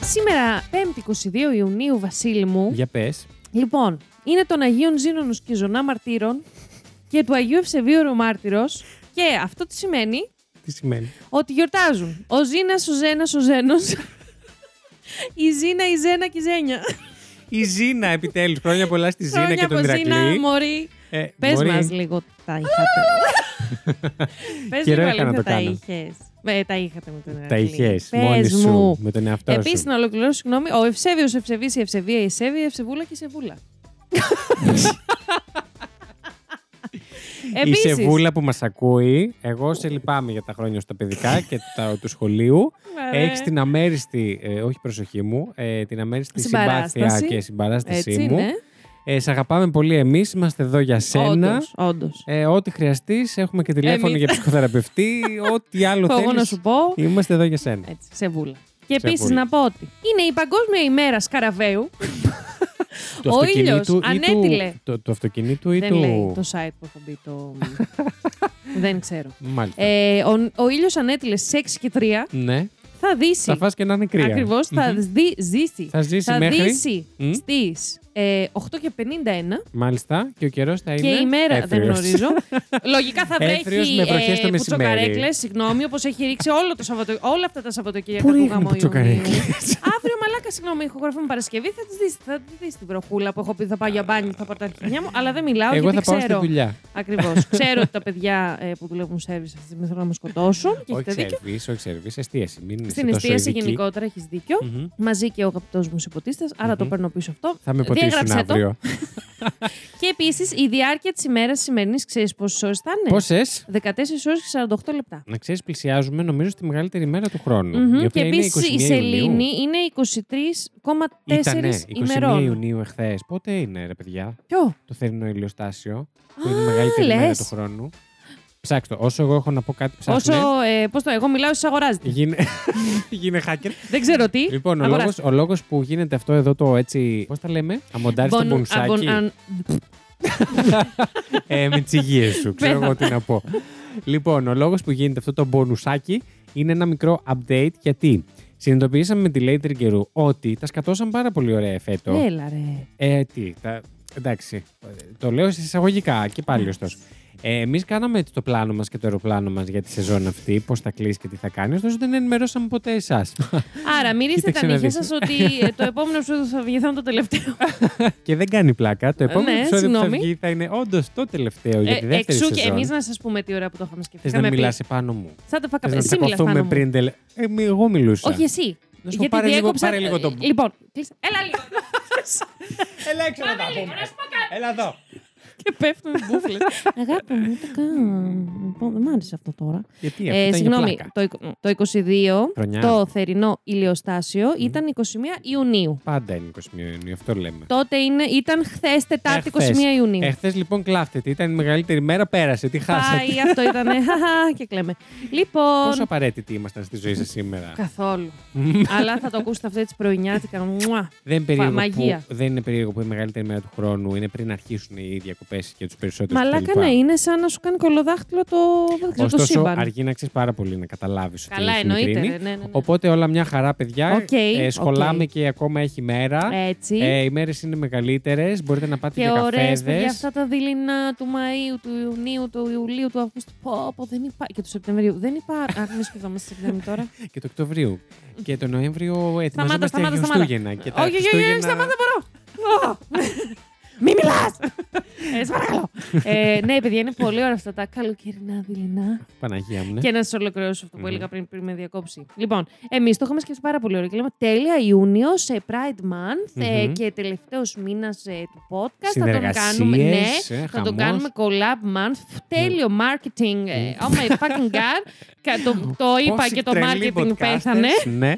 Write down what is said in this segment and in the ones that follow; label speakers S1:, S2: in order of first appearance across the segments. S1: Σήμερα, 5η 22 Ιουνίου, Βασίλη μου.
S2: Για πες.
S1: Λοιπόν, είναι των Αγίων Ζήνων και Ζωνά Μαρτύρων και του Αγίου Ευσεβίου Μάρτυρος. Και αυτό τι σημαίνει,
S2: Τι σημαίνει.
S1: ότι γιορτάζουν. Ο Ζήνας, ο Ζένας, ο Ζένος. η Ζήνα, η Ζένα και η Ζένια.
S2: Η Ζήνα, επιτέλους. Χρόνια πολλά στη Ζήνα
S1: Χρόνια
S2: και τον
S1: από Ζήνα,
S2: Ηρακλή.
S1: Μωρή.
S2: Ε,
S1: Πες
S2: μπορεί.
S1: μας λίγο τα είχατε. Πες
S2: Καιρό
S1: λίγο
S2: είχα να
S1: αλήθεια,
S2: το
S1: τα
S2: κάνω.
S1: είχες. Ε, τα είχατε με τον
S2: Τα
S1: Ηρακλή.
S2: είχες
S1: Πες
S2: μόνη σου
S1: μου.
S2: με τον εαυτό
S1: Επίση,
S2: σου.
S1: να ολοκληρώσω, συγγνώμη, ο Ευσέβιος, Ευσεβής, η Ευσεβία, η Ευσέβη, η Ευσεβούλα και η Σεβούλα.
S2: Η
S1: Επίσης,
S2: Σεβούλα που μας ακούει, εγώ σε λυπάμαι για τα χρόνια στα παιδικά και τα, του σχολείου.
S1: Ωραία.
S2: Έχεις την αμέριστη, ε, όχι προσοχή μου, ε, την αμέριστη
S1: Συμπαράσταση.
S2: συμπάθεια και συμπαράστασή
S1: Έτσι ναι.
S2: μου.
S1: είναι.
S2: Ε, σε αγαπάμε πολύ εμείς, είμαστε εδώ για σένα.
S1: Όντως, όντως.
S2: Ε, ό,τι χρειαστείς, έχουμε και τηλέφωνο
S1: Εμείς.
S2: για ψυχοθεραπευτή. ό,τι άλλο
S1: Έχω εγώ να
S2: θέλει.
S1: σου πω.
S2: Είμαστε εδώ για σένα.
S1: Έτσι, σεβούλα. Και επίση
S2: Σεβούλα.
S1: να πω ότι είναι η Παγκόσμια ημέρα Σκαραβαίου.
S2: Του
S1: Ο ήλιος
S2: αυτοκινήτου ή του-
S1: ανέτειλε.
S2: Το, το αυτοκινήτου ή
S1: Δεν
S2: του.
S1: λέει το site που έχω μπει. Το... Δεν ξέρω.
S2: Μάλιστα.
S1: Ε, ο ο ήλιος ανέτειλε σε 6 και 3.
S2: ναι.
S1: Θα δύσει.
S2: Θα φας και να είναι κρύα.
S1: Ακριβώς. Θα
S2: Μμμ.
S1: δι- ζήσει.
S2: Θα ζήσει μέχρι.
S1: δύσει
S2: Μμ.
S1: στις, ε, 8 και 51
S2: Μάλιστα. Και ο καιρός θα είναι.
S1: και η μέρα δεν
S2: έθριος.
S1: γνωρίζω. Λογικά θα
S2: Έθριος
S1: βρέχει ε,
S2: με βροχές το μεσημέρι.
S1: πουτσοκαρέκλες, συγγνώμη, όπως έχει ρίξει όλο το Σαββατο... όλα αυτά τα Σαββατοκύριακα
S2: Πού
S1: του
S2: ρίχνουν
S1: γαμού
S2: πουτσοκαρέκλες?
S1: Αύριο μαλάκα, συγγνώμη, ηχογραφούμε Παρασκευή, θα τη δεις, θα τη δεις την βροχούλα που έχω πει θα πάω για μπάνι, θα πάρω τα αρχίδια μου, αλλά δεν μιλάω
S2: Εγώ
S1: γιατί
S2: θα πάω στη
S1: ξέρω.
S2: δουλειά.
S1: Ακριβώς. ξέρω ότι τα παιδιά ε, που δουλεύουν σερβις αυτή τη στιγμή θέλουν να με σκοτώσουν και
S2: Όχι
S1: έχετε δίκιο.
S2: σερβί, όχι σερβί, εστίαση. Μην είσαι
S1: Στην
S2: τόσο
S1: εστίαση
S2: ειδική.
S1: γενικότερα έχεις δίκιο.
S2: Μμμ.
S1: Μαζί και ο αγαπητός μου υποτίθεται, άρα το παίρνω πίσω αυτό.
S2: Θα με ποτίσουν
S1: Διαγράψέ Ε, το. Ναι.
S2: αύριο.
S1: Και επίσης η διάρκεια της ημέρας σημερινής, ξέρεις πόσες ώρες θα είναι.
S2: Πόσε.
S1: 14 ώρες και 48 λεπτά.
S2: Να ξέρεις, πλησιάζουμε νομίζω στη μεγαλύτερη μέρα του χρόνου.
S1: Μμμ.
S2: η οποία
S1: Και
S2: είναι
S1: επίσης
S2: 21
S1: η
S2: Ιουνίου.
S1: σελήνη είναι 23,4
S2: Ήτανε 21
S1: ημερών.
S2: Ιουνίου εχθές. Πότε είναι, ρε παιδιά,
S1: Ποιο?
S2: το θερινό ηλιοστάσιο, που είναι η μεγαλύτερη μέρα
S1: λες.
S2: του χρόνου. Ψάξτε το. Όσο εγώ έχω να πω κάτι, ψάξτε.
S1: Όσο. Ε, Πώς το. Εγώ μιλάω, εσείς αγοράζετε.
S2: Γίνε... Γίνε hacker.
S1: Δεν ξέρω τι.
S2: Λοιπόν, ο
S1: Αγοράζετε.
S2: λόγος, ο λόγος που γίνεται αυτό εδώ το έτσι. Πώς τα λέμε, Αμοντάρι στο
S1: Βον-
S2: μπουνσάκι.
S1: αγων- αν-
S2: ε, με τις υγείες σου, ξέρω εγώ τι να πω. λοιπόν, ο λόγος που γίνεται αυτό το μπονουσάκι είναι ένα μικρό update γιατί συνειδητοποιήσαμε με τη Later καιρού ότι τα σκατώσαν πάρα πολύ ωραία φέτο.
S1: Έλα ρε.
S2: Ε, τι, τα... εντάξει. ε, Το λέω σε εισαγωγικά και
S1: Mm.
S2: πάλι ωστόσο. Ε, Εμείς κάναμε το πλάνο μας και το αεροπλάνο μας για τη σεζόν αυτή, πώς θα κλείσει και τι θα κάνει, ωστόσο δεν ενημερώσαμε ποτέ εσάς.
S1: Άρα, μυρίστε
S2: Κοίταξε
S1: τα
S2: να
S1: νύχια
S2: δεις.
S1: σας ότι ε, το επόμενο σου θα βγει θα είναι το τελευταίο.
S2: και δεν κάνει πλάκα. Το επόμενο
S1: Ναι,
S2: επεισόδιο που θα
S1: συγγνώμη.
S2: βγει θα είναι όντως το τελευταίο για τη
S1: Ε,
S2: δεύτερη
S1: Εξού και
S2: σεζόν.
S1: εμείς να σας πούμε τι ώρα που το είχαμε σκεφτεί.
S2: Θες να
S1: Είχαμε πει,
S2: μιλάς επάνω μου.
S1: Σαν τα
S2: Θες
S1: φακαπέ.
S2: να
S1: Εσύ μιλά πάνω
S2: τσακωθούμε
S1: μου.
S2: πριν τελε... Ε, μη- εγώ μιλούσα.
S1: Όχι εσύ.
S2: Να σου πω, πάρε λίγο- πάρε λίγο το-
S1: Λοιπόν, κλείσε. Έλα λίγο.
S2: Έλα έξω να τα
S1: Πάμε λίγο,
S2: πούμε.
S1: να σου πω κάτι.
S2: Έλα εδώ.
S1: και πέφτουν οι μπουφλες. Αγάπη μου, το κάνω. Λοιπόν, δεν μ' άρεσε αυτό τώρα. Ε,
S2: Γιατί αυτό ήταν για
S1: συγγνώμη,
S2: πλάκα.
S1: το, εικο- το 22,
S2: Χρονιά.
S1: το θερινό ηλιοστάσιο ήταν 21 Ιουνίου.
S2: Πάντα είναι 21 Ιουνίου, αυτό λέμε.
S1: Τότε είναι, ήταν χθες Τετάρτη 21
S2: Εχθές.
S1: Ιουνίου.
S2: Εχθές λοιπόν κλάφτεται. Ήταν η μεγαλύτερη μέρα, πέρασε. Τι χάσατε.
S1: Πάει, αυτό ήταν. και κλαίμε. Λοιπόν.
S2: Πόσο απαραίτητοι ήμασταν στη ζωή σας σήμερα.
S1: Καθόλου. Αλλά θα το ακούσετε αυτό έτσι πρωινιάτικα. Μουα.
S2: Δεν, είναι περίεργο
S1: Φα- μαγεία.
S2: Που, δεν είναι περίεργο που η μεγαλύτερη μέρα του χρόνου είναι πριν αρχίσουν οι διακοπές και τους περισσότερους.
S1: Μαλάκα ναι, είναι σαν να σου κάνει κολοδάχτυλο το, δεν ξέρω, το
S2: Ωστόσο,
S1: σύμπαν.
S2: αργεί να ξέρεις πάρα πολύ να καταλάβεις ότι
S1: Καλά,
S2: έχει
S1: εννοείται,
S2: μικρύνει.
S1: ρε, ναι, ναι, ναι.
S2: Οπότε όλα μια χαρά, παιδιά. Ε,
S1: Οκ,
S2: σχολάμε
S1: οκ.
S2: και ακόμα έχει μέρα.
S1: Έτσι.
S2: Ε, οι μέρες είναι μεγαλύτερες. Μπορείτε να πάτε
S1: και
S2: για
S1: ωραίες
S2: καφέδε.
S1: παιδιά αυτά τα δειλινά του Μαΐου, του Ιουνίου, του Ιουλίου, του Αυγούστου. Πω, πω, δεν υπά... Και του Σεπτεμβρίου. Δεν υπάρχει. Αχ, μη σκεφτόμαστε Σεπτεμβρίου τώρα.
S2: Και το Οκτωβρίου. και το Νοέμβριο
S1: Σταμάτα,
S2: ετοιμαζόμαστε για
S1: σταμάτα, σταμάτα.
S2: Χριστούγεννα. Και τα
S1: Όχι, όχι, όχι, όχι,
S2: Χριστούγεννα-
S1: σταμάτα, μπορώ. Ω! ναι. Μη μιλάς! ε, σε παρακαλώ. ε, ναι, παιδιά, είναι πολύ ωραία αυτά τα καλοκαιρινά δειλινά.
S2: Παναγία μου. ναι.
S1: Και να σας ολοκληρώσω αυτό που
S2: Μμμ.
S1: έλεγα πριν, πριν με διακόψει. Λοιπόν, εμείς το είχαμε σκεφτεί πάρα πολύ ωραία και λέμε τέλεια Ιούνιο σε Pride Month ε,
S2: Μμμ.
S1: και τελευταίος μήνας του podcast. Θα τον
S2: Συνεργασίες,
S1: κάνουμε. Ναι,
S2: ε,
S1: θα
S2: χαμός. Ναι.
S1: τον κάνουμε collab month. Φ, Τέλειο marketing. ε, Oh my fucking god. Κα- το, το είπα
S2: Πόσοι
S1: και το
S2: τρελοί
S1: marketing
S2: podcasters,
S1: πέθανε.
S2: Ναι.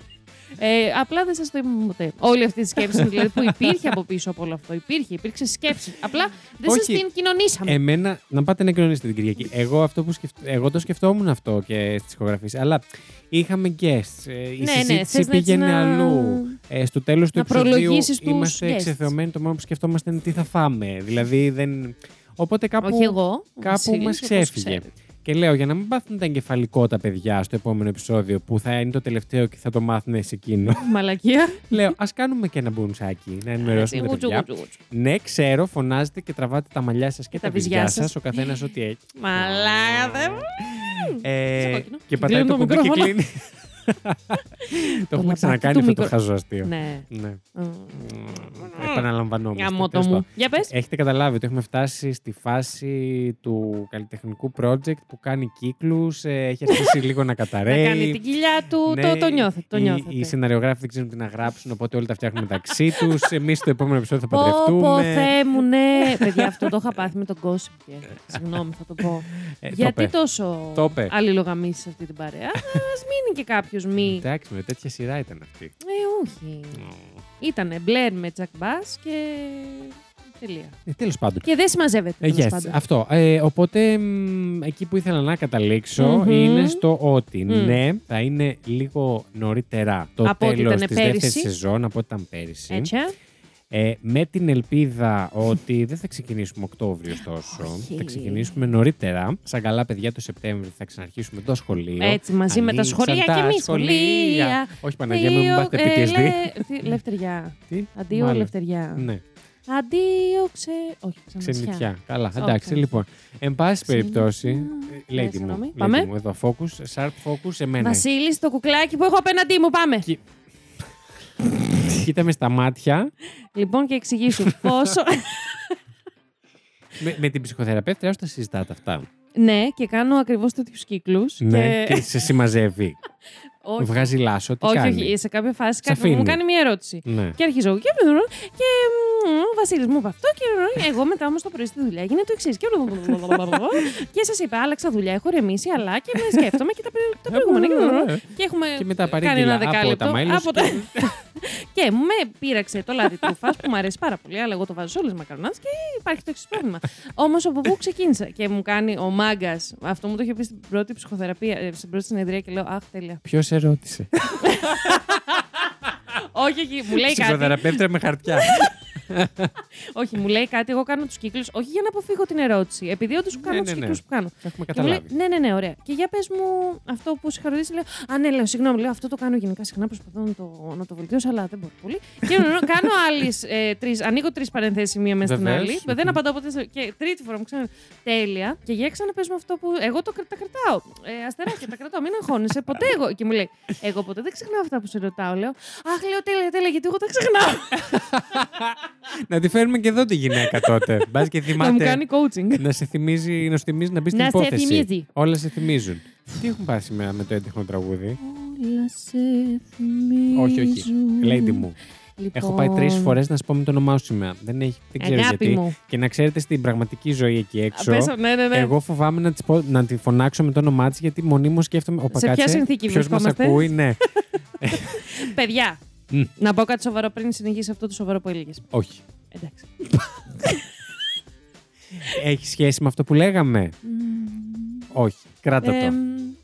S1: Ε, απλά δεν σας το είπαμε ποτέ. Όλη αυτή τη σκέψη δηλαδή, που υπήρχε από πίσω από όλο αυτό. Υπήρχε, υπήρξε σκέψη. Απλά δεν σας
S2: Όχι.
S1: την κοινωνήσαμε.
S2: Εμένα, να πάτε να κοινωνήσετε την Κυριακή. Εγώ, αυτό που σκεφ... Εγώ το σκεφτόμουν αυτό και στις ηχογραφίε. Αλλά είχαμε guests. ε, Η
S1: Ναι, ναι,
S2: συζήτηση
S1: θες να
S2: πήγαινε
S1: έτσι να-
S2: αλλού. Ε, στο τέλος του
S1: να
S2: επεισοδίου
S1: προλογίσεις τους
S2: είμαστε
S1: guests.
S2: εξεθεωμένοι. Το μόνο που σκεφτόμαστε είναι τι θα φάμε. Δηλαδή δεν. Οπότε κάπου,
S1: Όχι εγώ. ο
S2: κάπου
S1: Βασίλης,
S2: μα
S1: όπως
S2: ξέφυγε.
S1: ξέρετε.
S2: Και λέω για να μην πάθουν τα εγκεφαλικό τα παιδιά στο επόμενο επεισόδιο που θα είναι το τελευταίο και θα το μάθουν σε εκείνο.
S1: Μαλακία.
S2: λέω, ας κάνουμε και ένα μπουνσάκι να ενημερώσουμε
S1: Τσιγου,
S2: τα
S1: τσιγου,
S2: παιδιά.
S1: τσιγου, τσιγου.
S2: Ναι, ξέρω, φωνάζετε και τραβάτε τα μαλλιά σας και τα βυζιά σα, ο καθένας ό,τι έχει.
S1: Μαλάκα, δεν μου. Σε
S2: Ε,
S1: κόκκινο.
S2: και
S1: Και
S2: πατάει
S1: κλείνει το
S2: το κουμπί και
S1: μικρόφωνο.
S2: κλείνει. Το έχουμε
S1: λαμπάκι
S2: ξανακάνει
S1: του
S2: αυτό το
S1: μικρο-
S2: χαζό αστείο.
S1: Ναι.
S2: Ναι.
S1: Μμμ.
S2: Μμμ. Επαναλαμβανόμαστε.
S1: Γαμώτο
S2: Τέλος
S1: μου.
S2: πάντων.
S1: Για πες.
S2: Έχετε καταλάβει ότι έχουμε φτάσει στη φάση του καλλιτεχνικού project που κάνει κύκλους, ε, έχει αρχίσει λίγο να
S1: Να
S2: καταραίει.
S1: κάνει την κοιλιά του,
S2: Ναι,
S1: το, το νιώθετε. Το ναι.
S2: οι-
S1: νιώθετε.
S2: Οι, σεναριογράφοι δεν ξέρουν τι να γράψουν, οπότε όλοι τα φτιάχνουν μεταξύ τους. Εμείς στο επόμενο επεισόδιο θα
S1: Πω, πω,
S2: παντρευτούμε.
S1: Θεέ μου, ναι. Παιδιά, αυτό το είχα πάθει με τον Gossip. Girl. Συγγνώμη, θα το πω.
S2: Ε, το
S1: Γιατί
S2: πες.
S1: τόσο
S2: Το είπε.
S1: αλληλογαμίσει σε αυτή την παρέα. Ας μείνει και κάποιος μη.
S2: Εντάξει, με τέτοια σειρά ήταν αυτή.
S1: Ε, όχι. Ήτανε Μπλερ με Τζακ Μπά και. Τελεία.
S2: Ε, Τέλος πάντων.
S1: Και δεν συμμαζεύεται.
S2: Ε,
S1: τέλος
S2: Yes,
S1: πάντων.
S2: αυτό. Ε, οπότε μ, εκεί που ήθελα να καταληξω
S1: Μμμ.
S2: είναι στο ότι
S1: Μμ.
S2: ναι, θα είναι λίγο νωρίτερα το
S1: Από ό,τι
S2: τέλος
S1: ήταν
S2: της
S1: πέρυσι.
S2: δεύτερης σεζόν από ό,τι ήταν πέρυσι.
S1: Έτσι. ε.
S2: Ε, με την ελπίδα ότι δεν θα ξεκινήσουμε Οκτώβριο τόσο.
S1: Όχι.
S2: Θα ξεκινήσουμε νωρίτερα. Σαν καλά παιδιά το Σεπτέμβριο θα ξαναρχίσουμε το σχολείο.
S1: Έτσι, μαζί με τα
S2: Ανοίξαν
S1: σχολεία και
S2: τα
S1: εμείς.
S2: σχολεία.
S1: Σχολεία.
S2: Όχι Παναγία, μην μου πάτε
S1: Δύο, ε,
S2: PTSD.
S1: λε- τι- Λευτεριά.
S2: Τι?
S1: Αντίο,
S2: Μάλλον.
S1: λευτεριά.
S2: Ναι,
S1: Αντίο, ξε. Όχι, ξανασιά.
S2: ξενιτιά. Καλά,
S1: Ω,
S2: εντάξει,
S1: ξενιτιά.
S2: λοιπόν. Εν πάση
S1: Ξενιτιά.
S2: περιπτώσει.
S1: Ε,
S2: Λέει
S1: συγγνώμη.
S2: μου.
S1: Πάμε.
S2: lady μου, Εδώ, focus, sharp focus, εμένα.
S1: Βασίλης, το κουκλάκι που έχω απέναντί μου, πάμε.
S2: Κι- Κοίτα με στα μάτια
S1: Λοιπόν, και εξηγήσου πόσο.
S2: με, με την ψυχοθεραπεύτρια όσο τα συζητάτε αυτά.
S1: ναι, και κάνω ακριβώς τέτοιους κύκλους.
S2: Ναι,
S1: Και...
S2: και σε συμμαζεύει.
S1: όχι,
S2: Βγάζει λάσο, τι
S1: όχι,
S2: κάνει.
S1: όχι, σε κάποια φάση
S2: Σε
S1: κάτι μου
S2: αφήνει.
S1: κάνει μια ερώτηση.
S2: Ναι.
S1: Και αρχίζω εγώ και. και μ, ο Βασίλης μου είπε αυτό. Και εγώ μετά όμως το πρωί στη δουλειά έγινε το εξής. Και, και σας είπα, άλλαξα δουλειά, έχω ρεμίσει, αλλά και με σκέφτομαι και τα, πρι- τα προηγούμενα. και, και έχουμε
S2: Ε, ναι, Και μετά
S1: κάνει ένα
S2: παρήγγειλα από
S1: δεκάλεπτο.
S2: τα μέλη
S1: από τα- και με πήραξε το λάδι τρουφά που μου αρέσει πάρα πολύ, αλλά εγώ το βάζω σε όλες τις μακαρονάδες και υπάρχει το εξής πρόβλημα. Όμως από πού ξεκίνησα και μου κάνει ο μάγκας, αυτό μου το είχε πει στην πρώτη ψυχοθεραπεία, ε, στην πρώτη συνεδρία και λέω Αχ, τέλεια.
S2: Ποιος ερώτησε.
S1: όχι, όχι, μου λέει κάτι.
S2: Ψυχοθεραπεύτρια με χαρτιά.
S1: όχι, μου λέει κάτι. Εγώ κάνω τους κύκλους, όχι για να αποφύγω την ερώτηση, επειδή όντως
S2: Ναι,
S1: κάνω
S2: ναι,
S1: τους
S2: ναι.
S1: κύκλους που κάνω.
S2: Έχουμε
S1: Και μου λέει,
S2: καταλάβει.
S1: ναι, ναι, ναι, ωραία. Και για πες μου αυτό που σε ρωτήσει, λέω. Α, ναι, λέω, συγγνώμη, λέω, αυτό το κάνω γενικά συχνά. Προσπαθώ να το, να το βελτιώσω, αλλά δεν μπορώ πολύ. και νο- νο- κάνω άλλες ε, τρεις. Ανοίγω τρεις παρενθέσεις μία μέσα στην
S2: Βεβαίως.
S1: άλλη.
S2: Μμμ.
S1: Δεν απαντάω ποτέ. σε- Και τρίτη φορά μου ξανά. Τέλεια. Και για ξαναπε μου αυτό που. Εγώ το, κρα- τα κρατάω. Ε, αστεράκια, τα κρατάω. Μην αγχώνεσαι ποτέ εγώ. Και μου λέει, Εγώ ποτέ δεν ξεχνάω αυτά που σε ρωτάω. Λέω, Αχ, λέω τέλεια, τέλεια, γιατί εγώ τα ξεχνάω.
S2: Να τη φέρουμε και εδώ τη γυναίκα τότε. Μπας και
S1: Να μου κάνει
S2: θυμάται.
S1: coaching.
S2: Να σε θυμίζει, να σου θυμίζει να μπεις στην
S1: Να σε
S2: υπόθεση.
S1: θυμίζει.
S2: Όλα σε θυμίζουν. Τι έχουν πάει σήμερα με το έντεχνο τραγούδι.
S1: Όλα σε
S2: όχι, όχι.
S1: θυμίζουν.
S2: Lady μου.
S1: Λοιπόν,
S2: Έχω πάει τρεις φορές να σου πω με το όνομά σου σήμερα. Δεν, έχει, δεν ξέρω
S1: Αγάπη
S2: γιατί.
S1: μου.
S2: Και να ξέρετε στην πραγματική ζωή εκεί έξω.
S1: Απέσω, ναι, ναι, ναι.
S2: Εγώ φοβάμαι να, της πω- να τη φωνάξω με το όνομά της γιατί μονίμως σκέφτομαι. Οπα,
S1: Σε ποια
S2: κάτσε,
S1: συνθήκη
S2: ποιος μας
S1: βρισκόμαστε?»
S2: ακούει, ναι.
S1: Παιδιά,
S2: Μμ.
S1: να πω κάτι σοβαρό πριν συνεχίσει αυτό το σοβαρό που έλεγες.
S2: Όχι.
S1: Εντάξει.
S2: Έχει σχέση με αυτό που λέγαμε. Όχι. Κράτα το.
S1: Εμ,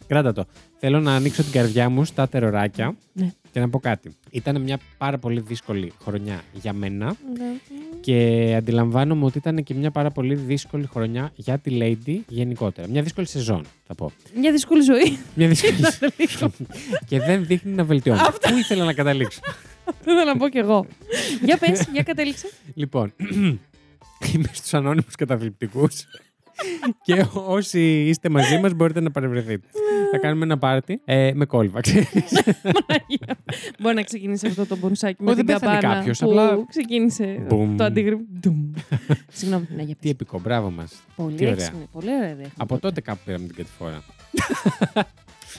S2: Κράτα το. Θέλω να ανοίξω την καρδιά μου στα τεροράκια
S1: Ναι.
S2: και να πω κάτι. Ήταν μια πάρα πολύ δύσκολη χρονιά για μένα και αντιλαμβάνομαι ότι ήταν και μια πάρα πολύ δύσκολη χρονιά για τη Lady γενικότερα. Μια δύσκολη σεζόν, θα πω.
S1: Μια δύσκολη ζωή.
S2: Μια δύσκολη και δεν δείχνει να βελτιώνει. Πού ήθελα να καταλήξω.
S1: Αυτό ήθελα να πω κι εγώ. Για πες, για κατέληξε.
S2: λοιπόν, είμαι στους ανώνυμους καταθλιπτικούς και όσοι είστε μαζί μας μπορείτε να παρευρεθείτε.
S1: Ναι.
S2: θα κάνουμε ένα πάρτι ε, με κόλυβα, ξέρεις.
S1: Παναγία. Μπορεί να ξεκινήσει αυτό το μπονσάκι
S2: Ω,
S1: με
S2: δεν
S1: την
S2: πέθανε
S1: καπάνα
S2: κάποιος,
S1: που
S2: απλά-
S1: ξεκίνησε
S2: Μπουμ.
S1: το αντίγρυπ. Ντουμ. Συγγνώμη, ναι, για
S2: Τι
S1: πες.
S2: επικό, μπράβο μας. τι
S1: Πολύ
S2: ωραία.
S1: έξυπνη, πολύ ωραία δέχνη.
S2: Από τότε κάπου πήραμε την κατηφόρα.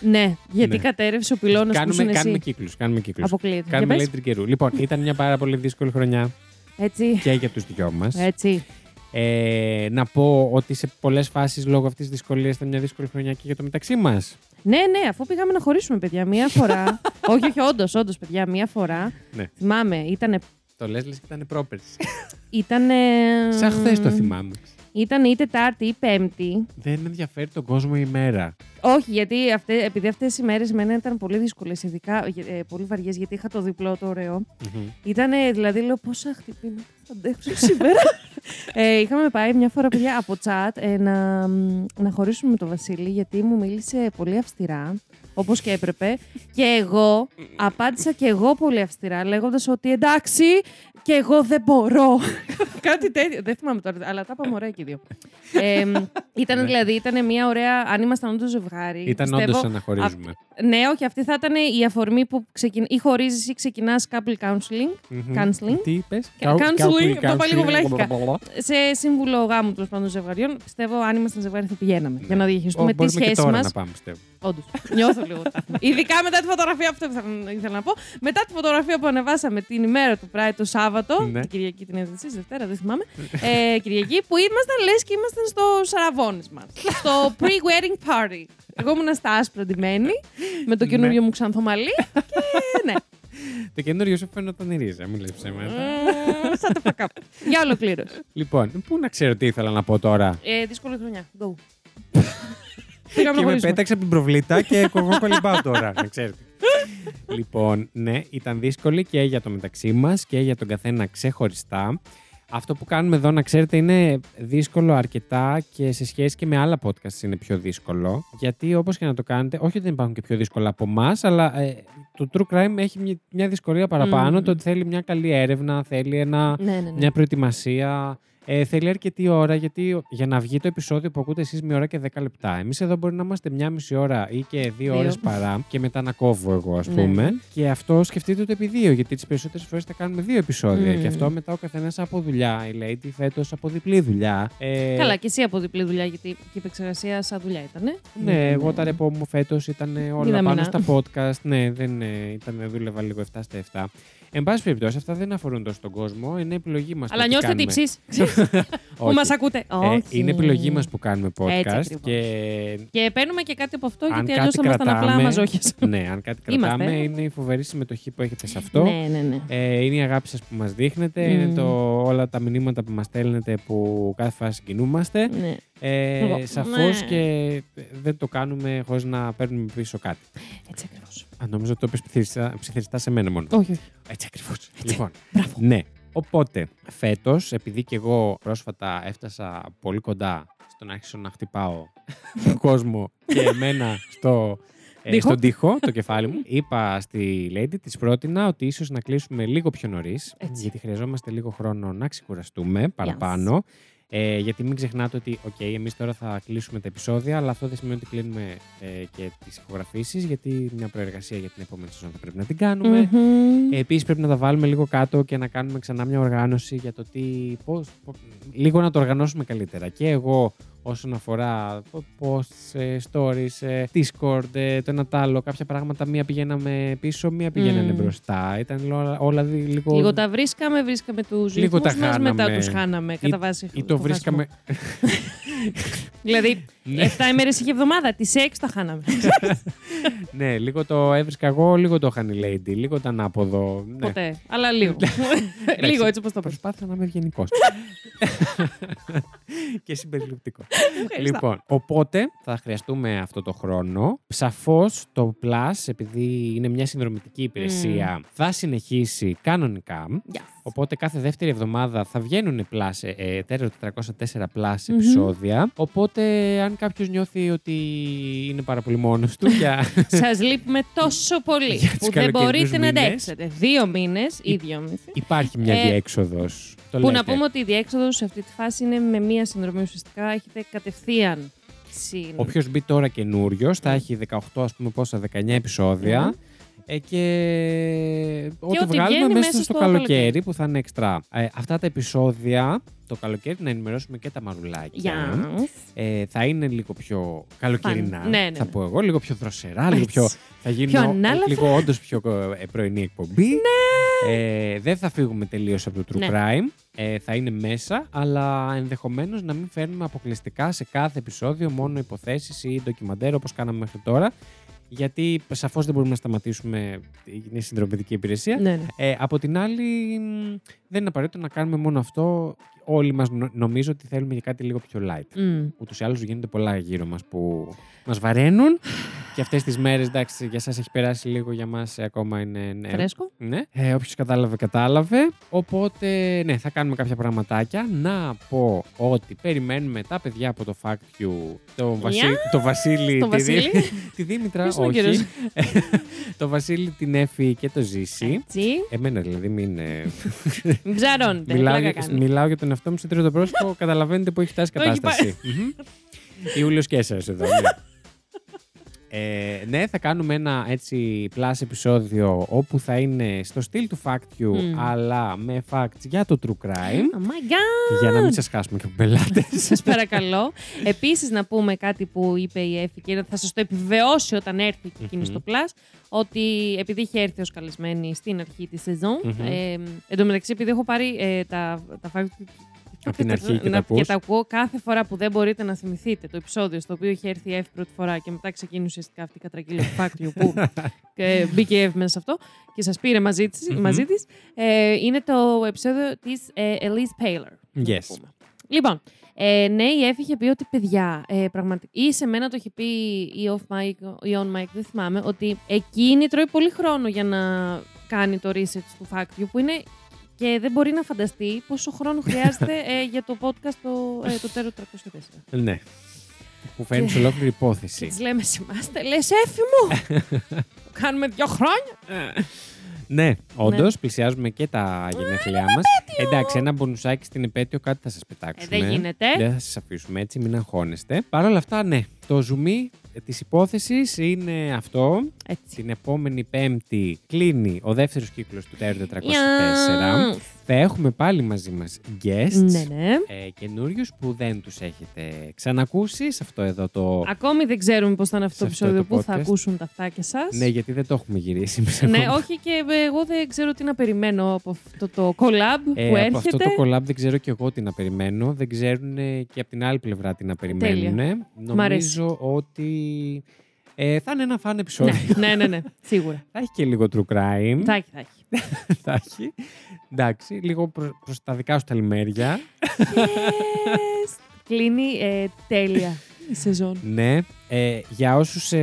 S1: Ναι, γιατί
S2: Ναι.
S1: κατέρευσε ο πυλώνας που
S2: Κάνουμε,
S1: ήσουν
S2: κάνουμε
S1: εσύ.
S2: κύκλους, κάνουμε κύκλους.
S1: Αποκλείεται. Για
S2: Κάνουμε
S1: πες.
S2: λέει τρικερού. Λοιπόν, ήταν μια πάρα πολύ δύσκολη χρονιά
S1: Έτσι.
S2: και για τους δυο μας.
S1: Έτσι.
S2: Ε, να πω ότι σε πολλές φάσεις λόγω αυτής της δυσκολίας ήταν μια δύσκολη χρονιά και για το μεταξύ μας.
S1: Ναι, ναι, αφού πήγαμε να χωρίσουμε, παιδιά, μία φορά. όχι, όχι, όντως, όντως, παιδιά, μία φορά.
S2: Ναι.
S1: Θυμάμαι, ήταν. Mm.
S2: Το λες, λες και ήταν πρόπερση.
S1: Ήτανε...
S2: Σαν χθες το θυμάμαι.
S1: Ήταν ή Τετάρτη ή Πέμπτη.
S2: Δεν ενδιαφέρει τον κόσμο η μέρα.
S1: Όχι, γιατί αυτέ, επειδή αυτές οι μέρες μένα ήταν πολύ δύσκολες, ειδικά ε, πολύ βαριές, γιατί είχα το διπλό το ωραίο.
S2: Μμμ.
S1: Ήταν, δηλαδή, λέω πόσα χτυπήματα θα αντέξω σήμερα. ε, είχαμε πάει μια φορά, παιδιά, από τσάτ ε, να, μ, να χωρίσουμε με τον Βασίλη, γιατί μου μίλησε πολύ αυστηρά, όπως και έπρεπε. Και εγώ απάντησα και εγώ πολύ αυστηρά, λέγοντας ότι εντάξει, και εγώ δεν μπορώ. Κάτι τέτοιο. Δεν θυμάμαι τώρα, αλλά τα είπαμε ωραία και οι δύο. Ε, μ, ήταν
S2: Ναι.
S1: δηλαδή, ήταν μια ωραία. Αν ήμασταν όντως ζευγάρι.
S2: Ήταν
S1: πιστεύω-
S2: όντως να χωρίζουμε.
S1: Ναι, όχι, αυτή θα ήταν η αφορμή που ξεκιν... ή χωρίζεις ή ξεκινάς couple counseling.
S2: Μμμ.
S1: Counseling. Ε,
S2: Τι είπες?
S1: Counseling,
S2: Counseling,
S1: το είπα λίγο
S2: counseling,
S1: βλάχικα.
S2: blablabla.
S1: σε σύμβουλο γάμου τέλος πάντων ζευγαριών. Πιστεύω αν ήμασταν ζευγάρι θα πηγαίναμε για να διαχειριστούμε
S2: Ναι. Ω,
S1: τη
S2: Μπορούμε και
S1: σχέση
S2: τώρα
S1: μας.
S2: να πάμε, πιστεύω.
S1: Όντως. Νιώθω λίγο. τα άθλημα. Ειδικά μετά τη φωτογραφία, αυτό ήθελα, ήθελα να πω. Μετά τη φωτογραφία που ανεβάσαμε την ημέρα του Πράι, το Σάββατο.
S2: Ναι.
S1: Την Κυριακή την έδειξε, Δευτέρα, δεν θυμάμαι. ε, Κυριακή, που ήμασταν λες και ήμασταν στο σαραβόνι μας. στο pre-wedding party. Εγώ ήμουν στα άσπρα ντυμένη, με το
S2: Ναι.
S1: καινούριο μου ξανθομαλί. Και ναι.
S2: Το καινούριο σου φαίνονταν η ρίζα, μην λες
S1: Mm.
S2: ψέματα.
S1: Μμμ, Ε, Σαν το fuck up. Για ολοκλήρωση.
S2: Λοιπόν, πού να ξέρω τι ήθελα να πω τώρα.
S1: Ε, δύσκολη χρονιά. Go. Πήγαμε να
S2: Και με
S1: χωρίσουμε.
S2: πέταξε από την προβλήτα και εγώ κολυμπάω τώρα, να ξέρετε. λοιπόν, ναι, ήταν δύσκολη και για το μεταξύ μας και για τον καθένα ξεχωριστά. Αυτό που κάνουμε εδώ, να ξέρετε, είναι δύσκολο αρκετά και σε σχέση και με άλλα podcast είναι πιο δύσκολο. Γιατί όπως και να το κάνετε, όχι ότι δεν υπάρχουν και πιο δύσκολα από εμάς, αλλά ε, το true crime έχει μια, μια δυσκολία παραπάνω.
S1: Μμμ.
S2: Το ότι θέλει μια καλή έρευνα, θέλει ένα,
S1: Ναι, ναι, ναι.
S2: μια προετοιμασία. Ε, θέλει αρκετή ώρα γιατί για να βγει το επεισόδιο που ακούτε εσείς μία ώρα και 10 λεπτά. Εμείς εδώ μπορεί να είμαστε μία μισή ώρα ή και δύο,
S1: Δύο.
S2: ώρες ώρε παρά και μετά να κόβω εγώ, ας
S1: Ναι.
S2: πούμε. Και αυτό σκεφτείτε το επί δύο, γιατί τις περισσότερες φορές θα κάνουμε δύο επεισόδια.
S1: Μμμ.
S2: Και αυτό μετά ο καθένας από δουλειά. Η Lady φέτος από διπλή δουλειά. Ε,
S1: Καλά, και εσύ από διπλή δουλειά, γιατί και η επεξεργασία σαν δουλειά ήταν.
S2: Ναι, εγώ τα ρεπό μου φέτος ήταν όλα
S1: Μηδαμινά.
S2: πάνω στα podcast. Ναι, δεν ε, ήταν, δούλευα λίγο 7 στα 7. Εν πάση περιπτώσει, αυτά δεν αφορούν τόσο τον κόσμο. Είναι επιλογή μας.
S1: Αλλά νιώστε τύψεις που μας ακούτε.
S2: Ε,
S1: Όχι.
S2: είναι επιλογή μας που κάνουμε podcast.
S1: ακριβώς.
S2: και
S1: Και παίρνουμε και κάτι από αυτό,
S2: Αν
S1: γιατί
S2: κάτι
S1: αλλιώς θα ήμασταν απλά
S2: κρατάμε,
S1: μαζόχε.
S2: ναι, αν κάτι
S1: Είμαστε,
S2: κρατάμε,
S1: ε.
S2: είναι η φοβερή συμμετοχή που έχετε σε αυτό.
S1: Ναι, ναι, ναι.
S2: Ε, είναι η αγάπη σας που μας δείχνετε,
S1: Μμμ.
S2: είναι το, όλα τα μηνύματα που μας στέλνετε που κάθε φορά συγκινούμαστε.
S1: ναι.
S2: Ε,
S1: Εγώ.
S2: σαφώς
S1: Ναι.
S2: και δεν το κάνουμε χωρίς να παίρνουμε πίσω κάτι.
S1: Έτσι ακριβώς.
S2: Αν νομίζω ότι το είπες ψιθυριστά- ψιθυριστά σε μένα μόνο.
S1: Όχι. όχι.
S2: Έτσι ακριβώς.
S1: Έτσι.
S2: Λοιπόν,
S1: Μπράβο.
S2: ναι. Οπότε, φέτος, επειδή και εγώ πρόσφατα έφτασα πολύ κοντά στο να άρχισω να χτυπάω τον κόσμο και εμένα στο, ε,
S1: Τοίχο.
S2: στον τοίχο, το κεφάλι μου, είπα στη Lady, της πρότεινα ότι ίσως να κλείσουμε λίγο πιο νωρίς,
S1: Έτσι.
S2: γιατί χρειαζόμαστε λίγο χρόνο να ξεκουραστούμε παραπάνω. Ε, γιατί μην ξεχνάτε ότι, οκ, εμείς τώρα θα κλείσουμε τα επεισόδια, αλλά αυτό δεν σημαίνει ότι κλείνουμε ε, και τις ηχογραφήσεις, γιατί μια προεργασία για την επόμενη σεζόν θα πρέπει να την κάνουμε.
S1: Μμμ.
S2: Επίσης, πρέπει να τα βάλουμε λίγο κάτω και να κάνουμε ξανά μια οργάνωση για το τι. Πώς, πο- λίγο να το οργανώσουμε καλύτερα. Και εγώ όσον αφορά πο- posts, ε, stories, ε, Discord, ε, το ένα τ' άλλο. Κάποια πράγματα μία πηγαίναμε πίσω, μία πηγαίνανε
S1: Μμμ.
S2: μπροστά. Ήταν όλα, όλα δι- λίγο.
S1: Λίγο τα βρίσκαμε, βρίσκαμε τους
S2: Λίγο
S1: ρυθμού
S2: τα
S1: μας, μετά
S2: χάναμε.
S1: τους χάναμε. Κατά βάση.
S2: Ή
S1: το
S2: το βρίσκαμε.
S1: χάσιμο. Δηλαδή, 7 ημέρες είχε εβδομάδα, τις 6 τα χάναμε.
S2: ναι, λίγο το έβρισκα εγώ, λίγο το είχαν οι Lady, λίγο το ανάποδο. Ναι.
S1: Ποτέ. Αλλά λίγο. Λίγο έτσι όπως το πω.
S2: Προσπάθησα να είμαι ευγενικός. και συμπεριληπτικό.
S1: Ευχαριστώ.
S2: Λοιπόν, οπότε θα χρειαστούμε αυτό το χρόνο. Σαφώς το Plus, επειδή είναι μια συνδρομητική υπηρεσία, θα συνεχίσει κανονικά.
S1: Γεια.
S2: Οπότε κάθε δεύτερη εβδομάδα θα βγαίνουν Plus, ε, ε, Terror 404 Plus επεισόδια. Οπότε αν κάποιος νιώθει ότι είναι πάρα πολύ μόνος του για
S1: Σας λείπουμε τόσο πολύ
S2: Για τους
S1: που δεν μπορείτε να
S2: καλοκαιρινούς μήνες.
S1: αντέξετε. Δύο μήνες ή
S2: Υ-
S1: δύο μήνες.
S2: υπάρχει μια
S1: Ε,
S2: διέξοδος. Το
S1: Που
S2: λέτε.
S1: να πούμε ότι η διέξοδος σε αυτή τη φάση είναι με μία συνδρομή. Ουσιαστικά έχετε κατευθείαν συν.
S2: Όποιος μπει τώρα καινούριο θα έχει 18, ας πούμε, πόσα, 19 επεισόδια. Ε, και ό,τι
S1: ό,τι
S2: βγάλουμε
S1: βγαίνει
S2: μέσα στο,
S1: μέσα στο
S2: καλοκαίρι,
S1: καλοκαίρι.
S2: που θα είναι εξτρά. Ε, αυτά τα επεισόδια το καλοκαίρι να ενημερώσουμε και τα μαρουλάκια.
S1: Γεια.
S2: Ε, θα είναι λίγο πιο καλοκαιρινά,
S1: Φαν. Ναι, ναι,
S2: θα
S1: ναι.
S2: πω εγώ, λίγο πιο δροσερά, λίγο
S1: Έτσι.
S2: πιο. Θα γίνει
S1: Πιο ανάλαφρα.
S2: λίγο όντως πιο ε, πρωινή εκπομπή. Ε, δεν θα φύγουμε τελείως από το True
S1: Ναι.
S2: Crime. Ε, θα είναι μέσα, αλλά ενδεχομένως να μην φέρνουμε αποκλειστικά σε κάθε επεισόδιο μόνο υποθέσεις ή ντοκιμαντέρ όπως κάναμε μέχρι τώρα. Γιατί σαφώς δεν μπορούμε να σταματήσουμε. Είναι συνδρομητική υπηρεσία.
S1: Ναι, ναι.
S2: Ε, από την άλλη, μ, δεν είναι απαραίτητο να κάνουμε μόνο αυτό όλοι μας νομίζω ότι θέλουμε για κάτι λίγο πιο light.
S1: Μμ.
S2: Ούτως ή άλλως γίνονται πολλά γύρω μας που μας βαραίνουν. και αυτές τις μέρες, εντάξει, για εσά έχει περάσει λίγο, για μας ακόμα είναι νέο.
S1: Φρέσκο.
S2: Ναι. Ε, Όποιος κατάλαβε, κατάλαβε. Οπότε, ναι, θα κάνουμε κάποια πραγματάκια. Να πω ότι περιμένουμε τα παιδιά από το Fact You, το, Βασί...
S1: Γεια!
S2: το Βασίλη,
S1: Στον
S2: τη, Δή-
S1: Βασίλη.
S2: τη Δήμητρα,
S1: Ποιος είναι ο κύριος?
S2: όχι. το Βασίλη, την Εφη και το Ζήση.
S1: Έτσι.
S2: Εμένα δηλαδή, μην. ε,
S1: Μην ψαρώνετε.
S2: μιλάω,
S1: πλάκα
S2: για,
S1: κάνει.
S2: μιλάω για τον εαυτό μου σε τρίτο πρόσωπο. καταλαβαίνετε που έχει φτάσει η
S1: Το έχει
S2: κατάσταση. Ιούλιος και εσάς εδώ. ναι. Ε, ναι, θα κάνουμε ένα έτσι plus επεισόδιο όπου θα είναι στο στυλ του Fact You,
S1: Μμμ.
S2: αλλά με facts για το true crime.
S1: Oh my god!
S2: για να μην σας χάσουμε και πελάτες.
S1: Σας παρακαλώ. Επίσης να πούμε κάτι που είπε η Εφη και θα σας το επιβεβαιώσει όταν έρθει και εκείνη
S2: Μμμ.
S1: στο Plus, ότι επειδή είχε έρθει ως καλεσμένη στην αρχή της σεζόν,
S2: Μμμ.
S1: ε, εν τω μεταξύ επειδή έχω πάρει ε, τα, τα φάκελα-
S2: Απ' την αρχή και
S1: να-
S2: τα ακούς.
S1: ακούω κάθε φορά που δεν μπορείτε να θυμηθείτε το επεισόδιο στο οποίο είχε έρθει η Εφη πρώτη φορά και μετά ξεκίνησε ουσιαστικά αυτή η κατρακύλα του φάκτιου που και μπήκε η Εύη μέσα σε αυτό και σας πήρε μαζί της,
S2: Μμμ.
S1: μαζί της ε, είναι το επεισόδιο της ε, Elise Paylor. να το
S2: Yes.
S1: πούμε. Λοιπόν, ε, ναι, η Εύη είχε πει ότι παιδιά, ε, πραγματικά, ή σε μένα το είχε πει ή off mic ή on mic, δεν θυμάμαι, ότι εκείνη τρώει πολύ χρόνο για να κάνει το research του Factview που είναι και δεν μπορεί να φανταστεί πόσο χρόνο χρειάζεται ε, για το podcast το, ε, το Terror 304.
S2: ναι. Που φέρνει σε ολόκληρη υπόθεση.
S1: Τη λέμε, Σημάστε, λες, Εφη «Ε, μου! το κάνουμε δύο χρόνια.
S2: Ναι, όντως πλησιάζουμε και τα γενέθλιά μα. Εντάξει, ένα μπονουσάκι στην επέτειο κάτι θα σας
S1: Ε,
S2: πετάξουμε.
S1: δεν γίνεται.
S2: Δεν θα σας αφήσουμε έτσι, μην αγχώνεστε. Παρ' όλα αυτά, ναι, το ζουμί της υπόθεσης είναι αυτό.
S1: Έτσι.
S2: Την επόμενη Πέμπτη κλείνει ο δεύτερος κύκλος του Τέρου 404.
S1: Yes.
S2: Θα έχουμε πάλι μαζί μας guests.
S1: Ναι, ναι.
S2: Ε, καινούριους που δεν τους έχετε ξανακούσει σε αυτό εδώ το.
S1: Ακόμη δεν ξέρουμε πώς θα είναι αυτό το
S2: Σε αυτό
S1: επεισόδιο
S2: το
S1: που θα
S2: podcast.
S1: ακούσουν τα αυτάκια σα.
S2: Ναι, γιατί δεν το έχουμε γυρίσει εμείς
S1: Ναι,
S2: ακόμα.
S1: όχι και εγώ δεν ξέρω τι να περιμένω από αυτό το collab
S2: Ε,
S1: που
S2: από αυτό
S1: έρχεται.
S2: το collab δεν ξέρω και εγώ τι να περιμένω. Δεν ξέρουν ε, και από την άλλη πλευρά τι να περιμένουν.
S1: Μ' αρέσει.
S2: Νομίζω ότι ε, θα είναι ένα φαν επεισόδιο.
S1: ναι, ναι, ναι, ναι, σίγουρα.
S2: Θα έχει και λίγο true crime.
S1: θα έχει, θα έχει.
S2: θα έχει. Εντάξει, λίγο προς προς τα δικά σου τα λιμέρια.
S1: yes. Κλείνει ε, τέλεια η σεζόν.
S2: ναι. Ε, για όσους.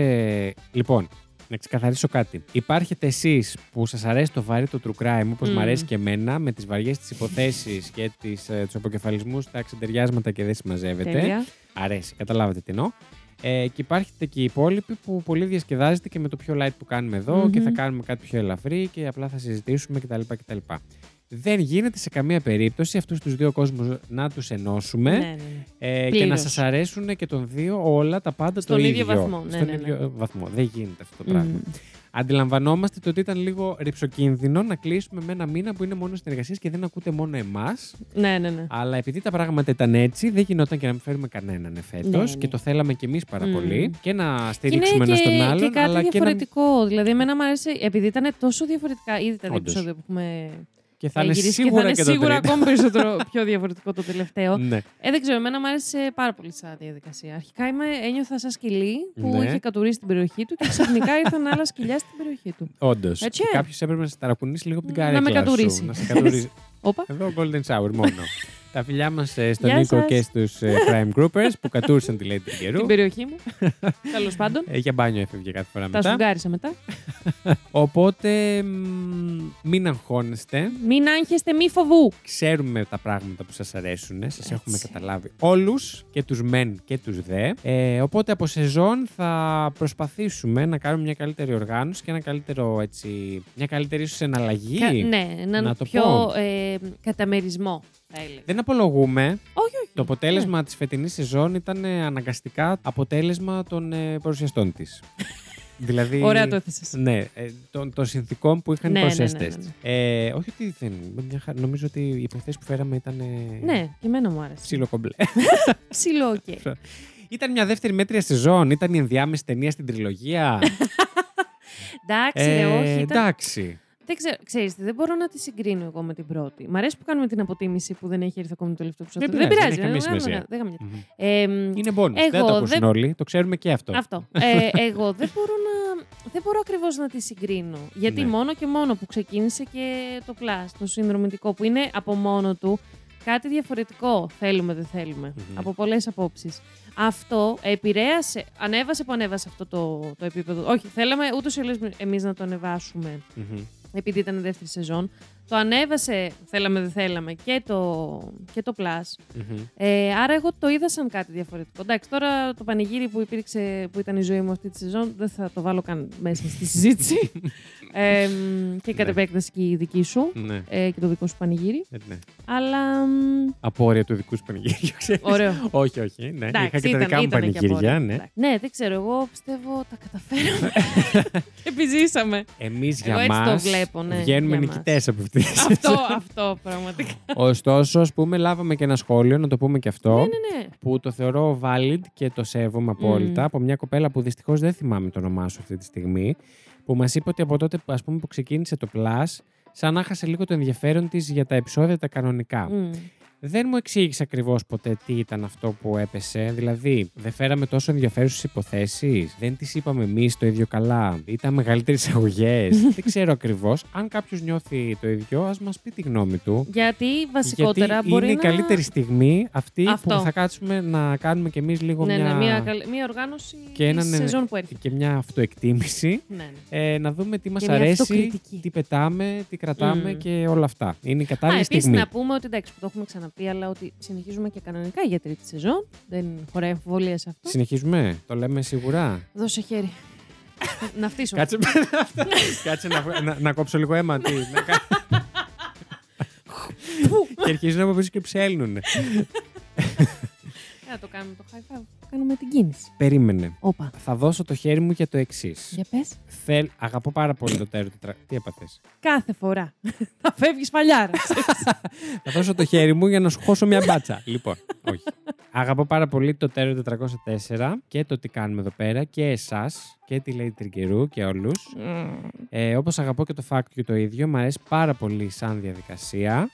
S2: λοιπόν, να ξεκαθαρίσω κάτι. Υπάρχετε εσείς που σας αρέσει το βαρύ το true crime, όπω
S1: Μμμ.
S2: μου αρέσει και εμένα, με τις βαριές τις υποθέσεις και τις, ε, τους αποκεφαλισμούς, τα ξεντεριάσματα και δεν συμμαζεύεται.
S1: τέλεια.
S2: αρέσει. Καταλάβατε τι εννοώ. Ε, και υπάρχετε και οι υπόλοιποι που πολύ διασκεδάζετε και με το πιο light που κάνουμε εδώ
S1: Μμμ.
S2: και θα κάνουμε κάτι πιο ελαφρύ και απλά θα συζητήσουμε κτλ. κτλ. Δεν γίνεται σε καμία περίπτωση αυτούς τους δύο κόσμους να τους ενώσουμε
S1: Ναι, ναι, ναι.
S2: ε, και
S1: πλήρως.
S2: να σας αρέσουν και των δύο όλα τα πάντα
S1: Στον
S2: το
S1: ίδιο
S2: ίδιο.
S1: βαθμό, ναι,
S2: Στον
S1: ναι, ναι.
S2: ίδιο βαθμό. Δεν γίνεται αυτό το
S1: Μμμ.
S2: πράγμα. Αντιλαμβανόμαστε το ότι ήταν λίγο ρηψοκίνδυνο να κλείσουμε με ένα μήνα που είναι μόνο συνεργασίες και δεν ακούτε μόνο εμάς.
S1: ναι, ναι, ναι.
S2: Αλλά επειδή τα πράγματα ήταν έτσι, δεν γινόταν και να μην φέρουμε κανέναν εφέτος
S1: Ναι, ναι.
S2: και το θέλαμε κι εμείς πάρα
S1: Μμμ.
S2: πολύ. Και να
S1: Και είναι
S2: στηρίξουμε ένα
S1: και-
S2: τον άλλον.
S1: και κάτι
S2: αλλά και, να... μην-
S1: διαφορετικό. Δηλαδή, εμένα μου αρέσει, επειδή ήταν τόσο διαφορετικά ήδη τα δύο
S2: Όντως.
S1: επεισόδια που έχουμε
S2: και θα είναι
S1: γυρίσει
S2: σίγουρα και,
S1: και θα είναι σίγουρα
S2: το
S1: ακόμα περισσότερο πιο διαφορετικό το τελευταίο.
S2: τρίτο. Ναι.
S1: Ε, δεν ξέρω, εμένα μου άρεσε πάρα πολύ σαν διαδικασία. Αρχικά είμαι, ένιωθα σαν σκυλί που
S2: Ναι.
S1: είχε κατουρίσει την περιοχή του και ξαφνικά ήρθαν άλλα σκυλιά στην περιοχή του.
S2: Όντως.
S1: Έτσι, ε.
S2: Κάποιος έπρεπε να σε ταρακουνήσει λίγο από την
S1: Να
S2: καρέκλα
S1: με
S2: σου,
S1: κατουρίσει.
S2: Να σε κατουρίσει.
S1: Όπα.
S2: Εδώ Golden Shower μόνο. Τα φιλιά μας στον
S1: Γεια
S2: Νίκο
S1: σας.
S2: και στους Crime Groupers που κατούρσαν τη Lady Καιρού.
S1: Την περιοχή μου. Τέλος πάντων.
S2: Ε, Για μπάνιο έφευγε κάθε φορά
S1: Τα
S2: μετά.
S1: σουγκάρισα μετά.
S2: Οπότε μ, μην αγχώνεστε.
S1: Μην άγχεστε, μη φοβού.
S2: ξέρουμε τα πράγματα που σας αρέσουν, σας
S1: Έτσι.
S2: έχουμε καταλάβει όλους, και τους μεν και τους δε. Ε, οπότε από σεζόν θα προσπαθήσουμε να κάνουμε μια καλύτερη οργάνωση και ένα καλύτερο έτσι, μια καλύτερη ίσως εναλλαγή.
S1: Κα- ναι, έναν
S2: να το
S1: πιο
S2: πω.
S1: ε, καταμερισμό, θα έλεγα.
S2: Δεν απολογούμε.
S1: Όχι, όχι.
S2: Το αποτέλεσμα της φετινής σεζόν ήταν ε, αναγκαστικά αποτέλεσμα των ε, παρουσιαστών της. δηλαδή...
S1: Ωραία το έθεσε.
S2: Ναι, ε, των, των συνθηκών που είχαν
S1: Ναι,
S2: οι
S1: ναι, ναι,
S2: παρουσιαστές.
S1: ναι, ναι.
S2: Ε, όχι ότι δεν. μια χαρά- νομίζω ότι οι υποθέσει που φέραμε ήταν. ε,
S1: Ναι, και εμένα μου άρεσε.
S2: ψιλοκομπλέ.
S1: Ψιλό, οκ.
S2: Ήταν μια δεύτερη μέτρια σεζόν. Ήταν η ενδιάμεση ταινία στην τριλογία.
S1: Εντάξει, ρε, όχι. Ήταν...
S2: Ε, Εντάξει.
S1: Δεν ξέρω, ξέρεις, τι, δεν μπορώ να τη συγκρίνω εγώ με την πρώτη. Μ' αρέσει που κάνουμε την αποτίμηση που δεν έχει έρθει ακόμη το τελευταίο
S2: Δεν
S1: επεισόδιο. Δεν
S2: πειράζει,
S1: πειράζει.
S2: δεν έχει
S1: δεν
S2: καμία
S1: γάμια-
S2: σημασία.
S1: δεν γάμια.
S2: Μμμ.
S1: Ε, μ,
S2: Είναι bonus.
S1: Εγώ
S2: δεν το ακούσουν
S1: δεν-
S2: όλοι. Το ξέρουμε και αυτό.
S1: Αυτό. Ε, εγώ δεν μπορώ να. Δεν μπορώ ακριβώς να τη συγκρίνω. Γιατί
S2: Ναι.
S1: μόνο και μόνο που ξεκίνησε και το Plus, το συνδρομητικό, που είναι από μόνο του Κάτι διαφορετικό θέλουμε, δεν θέλουμε.
S2: Μμμ.
S1: Από πολλές απόψεις. Αυτό επηρέασε, ανέβασε που ανέβασε αυτό το, το επίπεδο. Όχι, θέλαμε ούτως ή άλλως εμείς να το ανεβάσουμε
S2: Μμμ.
S1: επειδή ήταν η δεύτερη σεζόν. Το ανέβασε, θέλαμε δεν θέλαμε, και το, και το Plus.
S2: Μμμ.
S1: Ε, άρα εγώ το είδα σαν κάτι διαφορετικό. Εντάξει, τώρα το πανηγύρι που υπήρξε, που ήταν η ζωή μου αυτή τη σεζόν, δεν θα το βάλω καν μέσα στη συζήτηση. ε, μ, και κατ'
S2: Ναι.
S1: επέκταση και η δική σου
S2: Ναι.
S1: ε, και το δικό σου πανηγύρι.
S2: Ε, ναι.
S1: Αλλά. μ,
S2: Απόρρια του δικού σου πανηγύριου, ξέρεις.
S1: Ωραίο.
S2: Όχι, όχι. Ναι.
S1: Εντάξει,
S2: Είχα και τα δικά μου
S1: ήτανε και απόρρια.
S2: πανηγύρια. Ναι.
S1: Εντάξει. ναι, δεν ξέρω. Εγώ πιστεύω τα καταφέραμε. και επιζήσαμε.
S2: Εμείς
S1: Εγώ
S2: για
S1: έτσι
S2: μα
S1: το βλέπω, ναι,
S2: βγαίνουμε
S1: για μας.
S2: νικητέ από αυτή τη σεζόν.
S1: αυτό, αυτό πραγματικά.
S2: Ωστόσο, ας πούμε, λάβαμε και ένα σχόλιο, να το πούμε και αυτό.
S1: ναι, ναι, ναι.
S2: Που το θεωρώ valid και το σέβομαι απόλυτα
S1: Μμμ.
S2: από μια κοπέλα που δυστυχώς δεν θυμάμαι το όνομά σου αυτή τη στιγμή. Που μας είπε ότι από τότε ας πούμε, που ξεκίνησε το Plus, σαν να χάσε λίγο το ενδιαφέρον της για τα επεισόδια τα κανονικά.
S1: ναι. Μμ.
S2: Δεν μου εξήγησε ακριβώς ποτέ τι ήταν αυτό που έπεσε. Δηλαδή, δεν φέραμε τόσο ενδιαφέρουσες υποθέσεις. Δεν τις είπαμε εμείς το ίδιο καλά. Ήταν μεγαλύτερες αγωγές. δεν ξέρω ακριβώς. Αν κάποιος νιώθει το ίδιο, ας μας πει τη γνώμη του.
S1: Γιατί βασικότερα
S2: Γιατί
S1: μπορεί
S2: είναι
S1: να...
S2: η καλύτερη στιγμή αυτή
S1: Αυτό.
S2: που θα κάτσουμε να κάνουμε κι εμείς λίγο
S1: ναι,
S2: μια...
S1: ναι, μια, καλ- μια οργάνωση
S2: και έναν- ε-
S1: της σεζόν που έρχεται.
S2: και μια αυτοεκτίμηση.
S1: Ναι, ναι.
S2: Ε, να δούμε τι μας
S1: Και μια
S2: αρέσει,
S1: αυτοκριτική.
S2: τι πετάμε, τι κρατάμε
S1: Μμμ.
S2: και όλα αυτά. Είναι η
S1: Α,
S2: κατάλληλη
S1: επίσης
S2: στιγμή.
S1: να πούμε ότι εντάξει, που το έχουμε ξαναπεί, αλλά ότι συνεχίζουμε και κανονικά για τρίτη σεζόν. Δεν χωράει αμφιβολία σε αυτό.
S2: Συνεχίζουμε, το λέμε σίγουρα.
S1: Δώσε χέρι. να φτύσω.
S2: Κάτσε, Κάτσε να, βγα- να, να κόψω λίγο αίμα. τι, να κα-
S1: Φου.
S2: και αρχίζουν από πίσω και ψέλνουν.
S1: Ε, Να το κάνουμε το high five. Κάνουμε την κίνηση.
S2: Περίμενε.
S1: Όπα.
S2: Θα δώσω το χέρι μου για το εξής.
S1: Για πες.
S2: Θέλ... Αγαπώ πάρα πολύ το τέρο του τρα... Τι έπαθες?
S1: Κάθε φορά θα φεύγεις παλιάρα.
S2: Θα δώσω το χέρι μου για να σου χώσω μια μπάτσα. λοιπόν, όχι. Αγαπώ πάρα πολύ το Τέρο 404 και το τι κάνουμε εδώ πέρα και εσάς και τη Lady Τριγκερού και όλους.
S1: Mm.
S2: Ε, Όπως αγαπώ και το Fact You το ίδιο, μου αρέσει πάρα πολύ σαν διαδικασία.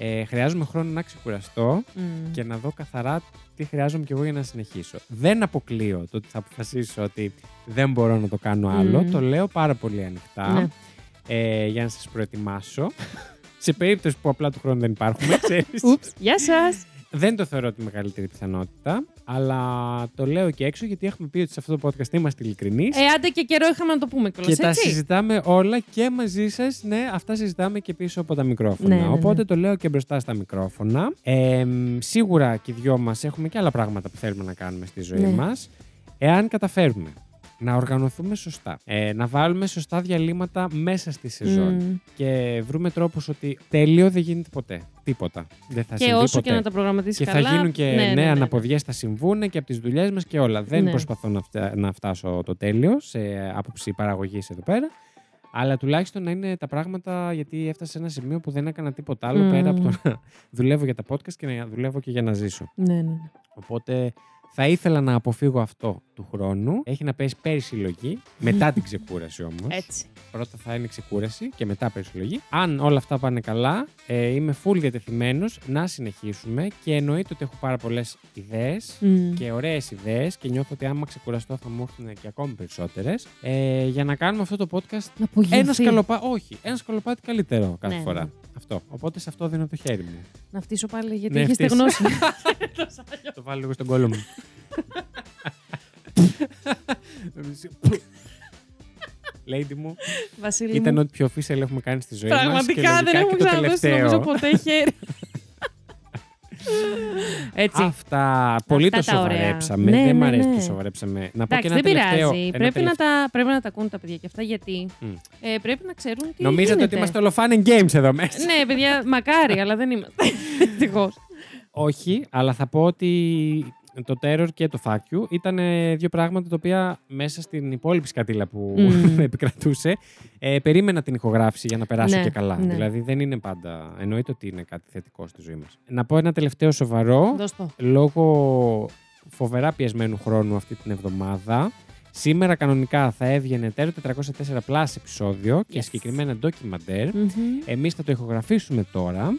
S2: Ε, χρειάζομαι χρόνο να ξεκουραστώ
S1: Μμμ.
S2: και να δω καθαρά τι χρειάζομαι κι εγώ για να συνεχίσω. Δεν αποκλείω το ότι θα αποφασίσω ότι δεν μπορώ να το κάνω άλλο.
S1: Μμμ.
S2: Το λέω πάρα πολύ ανοιχτά
S1: Ναι.
S2: ε, για να σας προετοιμάσω. Σε περίπτωση που απλά του χρόνου δεν υπάρχουμε, ξέρεις.
S1: Ούψ. Γεια σας.
S2: δεν το θεωρώ τη μεγαλύτερη πιθανότητα, αλλά το λέω και έξω γιατί έχουμε πει ότι σε αυτό το podcast είμαστε ειλικρινείς.
S1: Ε, άντε και καιρό είχαμε να το πούμε κιόλας,
S2: και τα
S1: έτσι.
S2: συζητάμε όλα και μαζί σας. Ναι, αυτά συζητάμε και πίσω από τα μικρόφωνα.
S1: Ναι, ναι, ναι.
S2: Οπότε το λέω και μπροστά στα μικρόφωνα. Ε, μ, σίγουρα και οι δυο μας έχουμε και άλλα πράγματα που θέλουμε να κάνουμε στη ζωή
S1: Ναι.
S2: μας. μα. Εάν καταφέρουμε να οργανωθούμε σωστά, ε, να βάλουμε σωστά διαλύματα μέσα στη σεζόν,
S1: Μμ.
S2: και βρούμε τρόπους ότι τέλειο δεν γίνεται ποτέ. Τίποτα. Δεν θα
S1: Και
S2: συμβεί
S1: όσο
S2: ποτέ.
S1: και να τα προγραμματίσεις
S2: Και θα
S1: καλά.
S2: γίνουν και
S1: ναι, ναι, ναι,
S2: νέα
S1: ναι.
S2: αναποδιές θα συμβούν και από τις δουλειές μας και όλα. Δεν
S1: Ναι.
S2: προσπαθώ να, φτα- να φτάσω το τέλειο σε άποψη παραγωγής εδώ πέρα. Αλλά τουλάχιστον να είναι τα πράγματα γιατί έφτασα σε ένα σημείο που δεν έκανα τίποτα άλλο
S1: Μμμ.
S2: πέρα από το να δουλεύω για τα podcast και να δουλεύω και για να ζήσω.
S1: Ναι, ναι.
S2: Οπότε θα ήθελα να αποφύγω αυτό του χρόνου. Έχει να πέσει πέρυσι η λογή, μετά την ξεκούραση όμως.
S1: Έτσι.
S2: Πρώτα θα είναι ξεκούραση και μετά περισυλλογή. Αν όλα αυτά πάνε καλά, ε, είμαι full διατεθειμένος να συνεχίσουμε και εννοείται ότι έχω πάρα πολλές ιδέες
S1: Μμ.
S2: και ωραίες ιδέες και νιώθω ότι άμα ξεκουραστώ θα μου έρθουν και ακόμη περισσότερες. Ε, για να κάνουμε αυτό το podcast
S1: Να απογειωθεί.
S2: ένα σκαλοπάτι. Όχι, ένα σκαλοπάτι καλύτερο κάθε
S1: Ναι,
S2: φορά.
S1: ναι.
S2: Αυτό. Οπότε σε αυτό δίνω το χέρι μου.
S1: Να φτύσω πάλι γιατί
S2: Ναι,
S1: είχε
S2: φτύσε.
S1: στεγνώσει.
S2: το βάλω λίγο στον κόλλο μου. Lady μου,
S1: Βασίλη
S2: ήταν
S1: μου,
S2: ό,τι πιο official έχουμε κάνει στη ζωή μας και
S1: πραγματικά δεν
S2: λογικά και
S1: έχουμε
S2: το
S1: ξαναδώσει νομίζω
S2: τελευταίο.
S1: ποτέ χέρι. Έτσι.
S2: Αυτά. Πολύ
S1: Αυτά
S2: το
S1: τα ωραία.
S2: σοβαρέψαμε.
S1: Ναι,
S2: δεν
S1: ναι,
S2: μ' αρέσει
S1: ναι.
S2: το σοβαρέψαμε. Να πω
S1: Εντάξει,
S2: και ένα
S1: δεν
S2: τελευταίο.
S1: πειράζει.
S2: ένα
S1: Πρέπει να,
S2: τελευταίο.
S1: τα, πρέπει να τα ακούν τα παιδιά και αυτά γιατί
S2: Μμ.
S1: ε, πρέπει να ξέρουν τι
S2: Νομίζατε
S1: γίνεται.
S2: ότι είμαστε όλο fun and games εδώ μέσα.
S1: Ναι, παιδιά, μακάρι, αλλά δεν είμαστε. Δυστυχώς.
S2: Όχι, αλλά θα πω ότι το Terror και το Fact You ήταν ε, δύο πράγματα τα οποία μέσα στην υπόλοιπη σκατήλα που
S1: Μμμ.
S2: επικρατούσε ε, περίμενα την ηχογράφηση για να περάσω
S1: Ναι,
S2: και καλά.
S1: ναι.
S2: Δηλαδή δεν είναι πάντα. Εννοείται ότι είναι κάτι θετικό στη ζωή μας. Να πω ένα τελευταίο σοβαρό.
S1: Δώσ' το.
S2: λόγω φοβερά πιεσμένου χρόνου αυτή την εβδομάδα. Σήμερα κανονικά θα έβγαινε τέρο 404 Plus επεισόδιο και
S1: Yes.
S2: συγκεκριμένα ντοκιμαντέρ.
S1: Μμμ.
S2: Εμείς θα το ηχογραφήσουμε τώρα,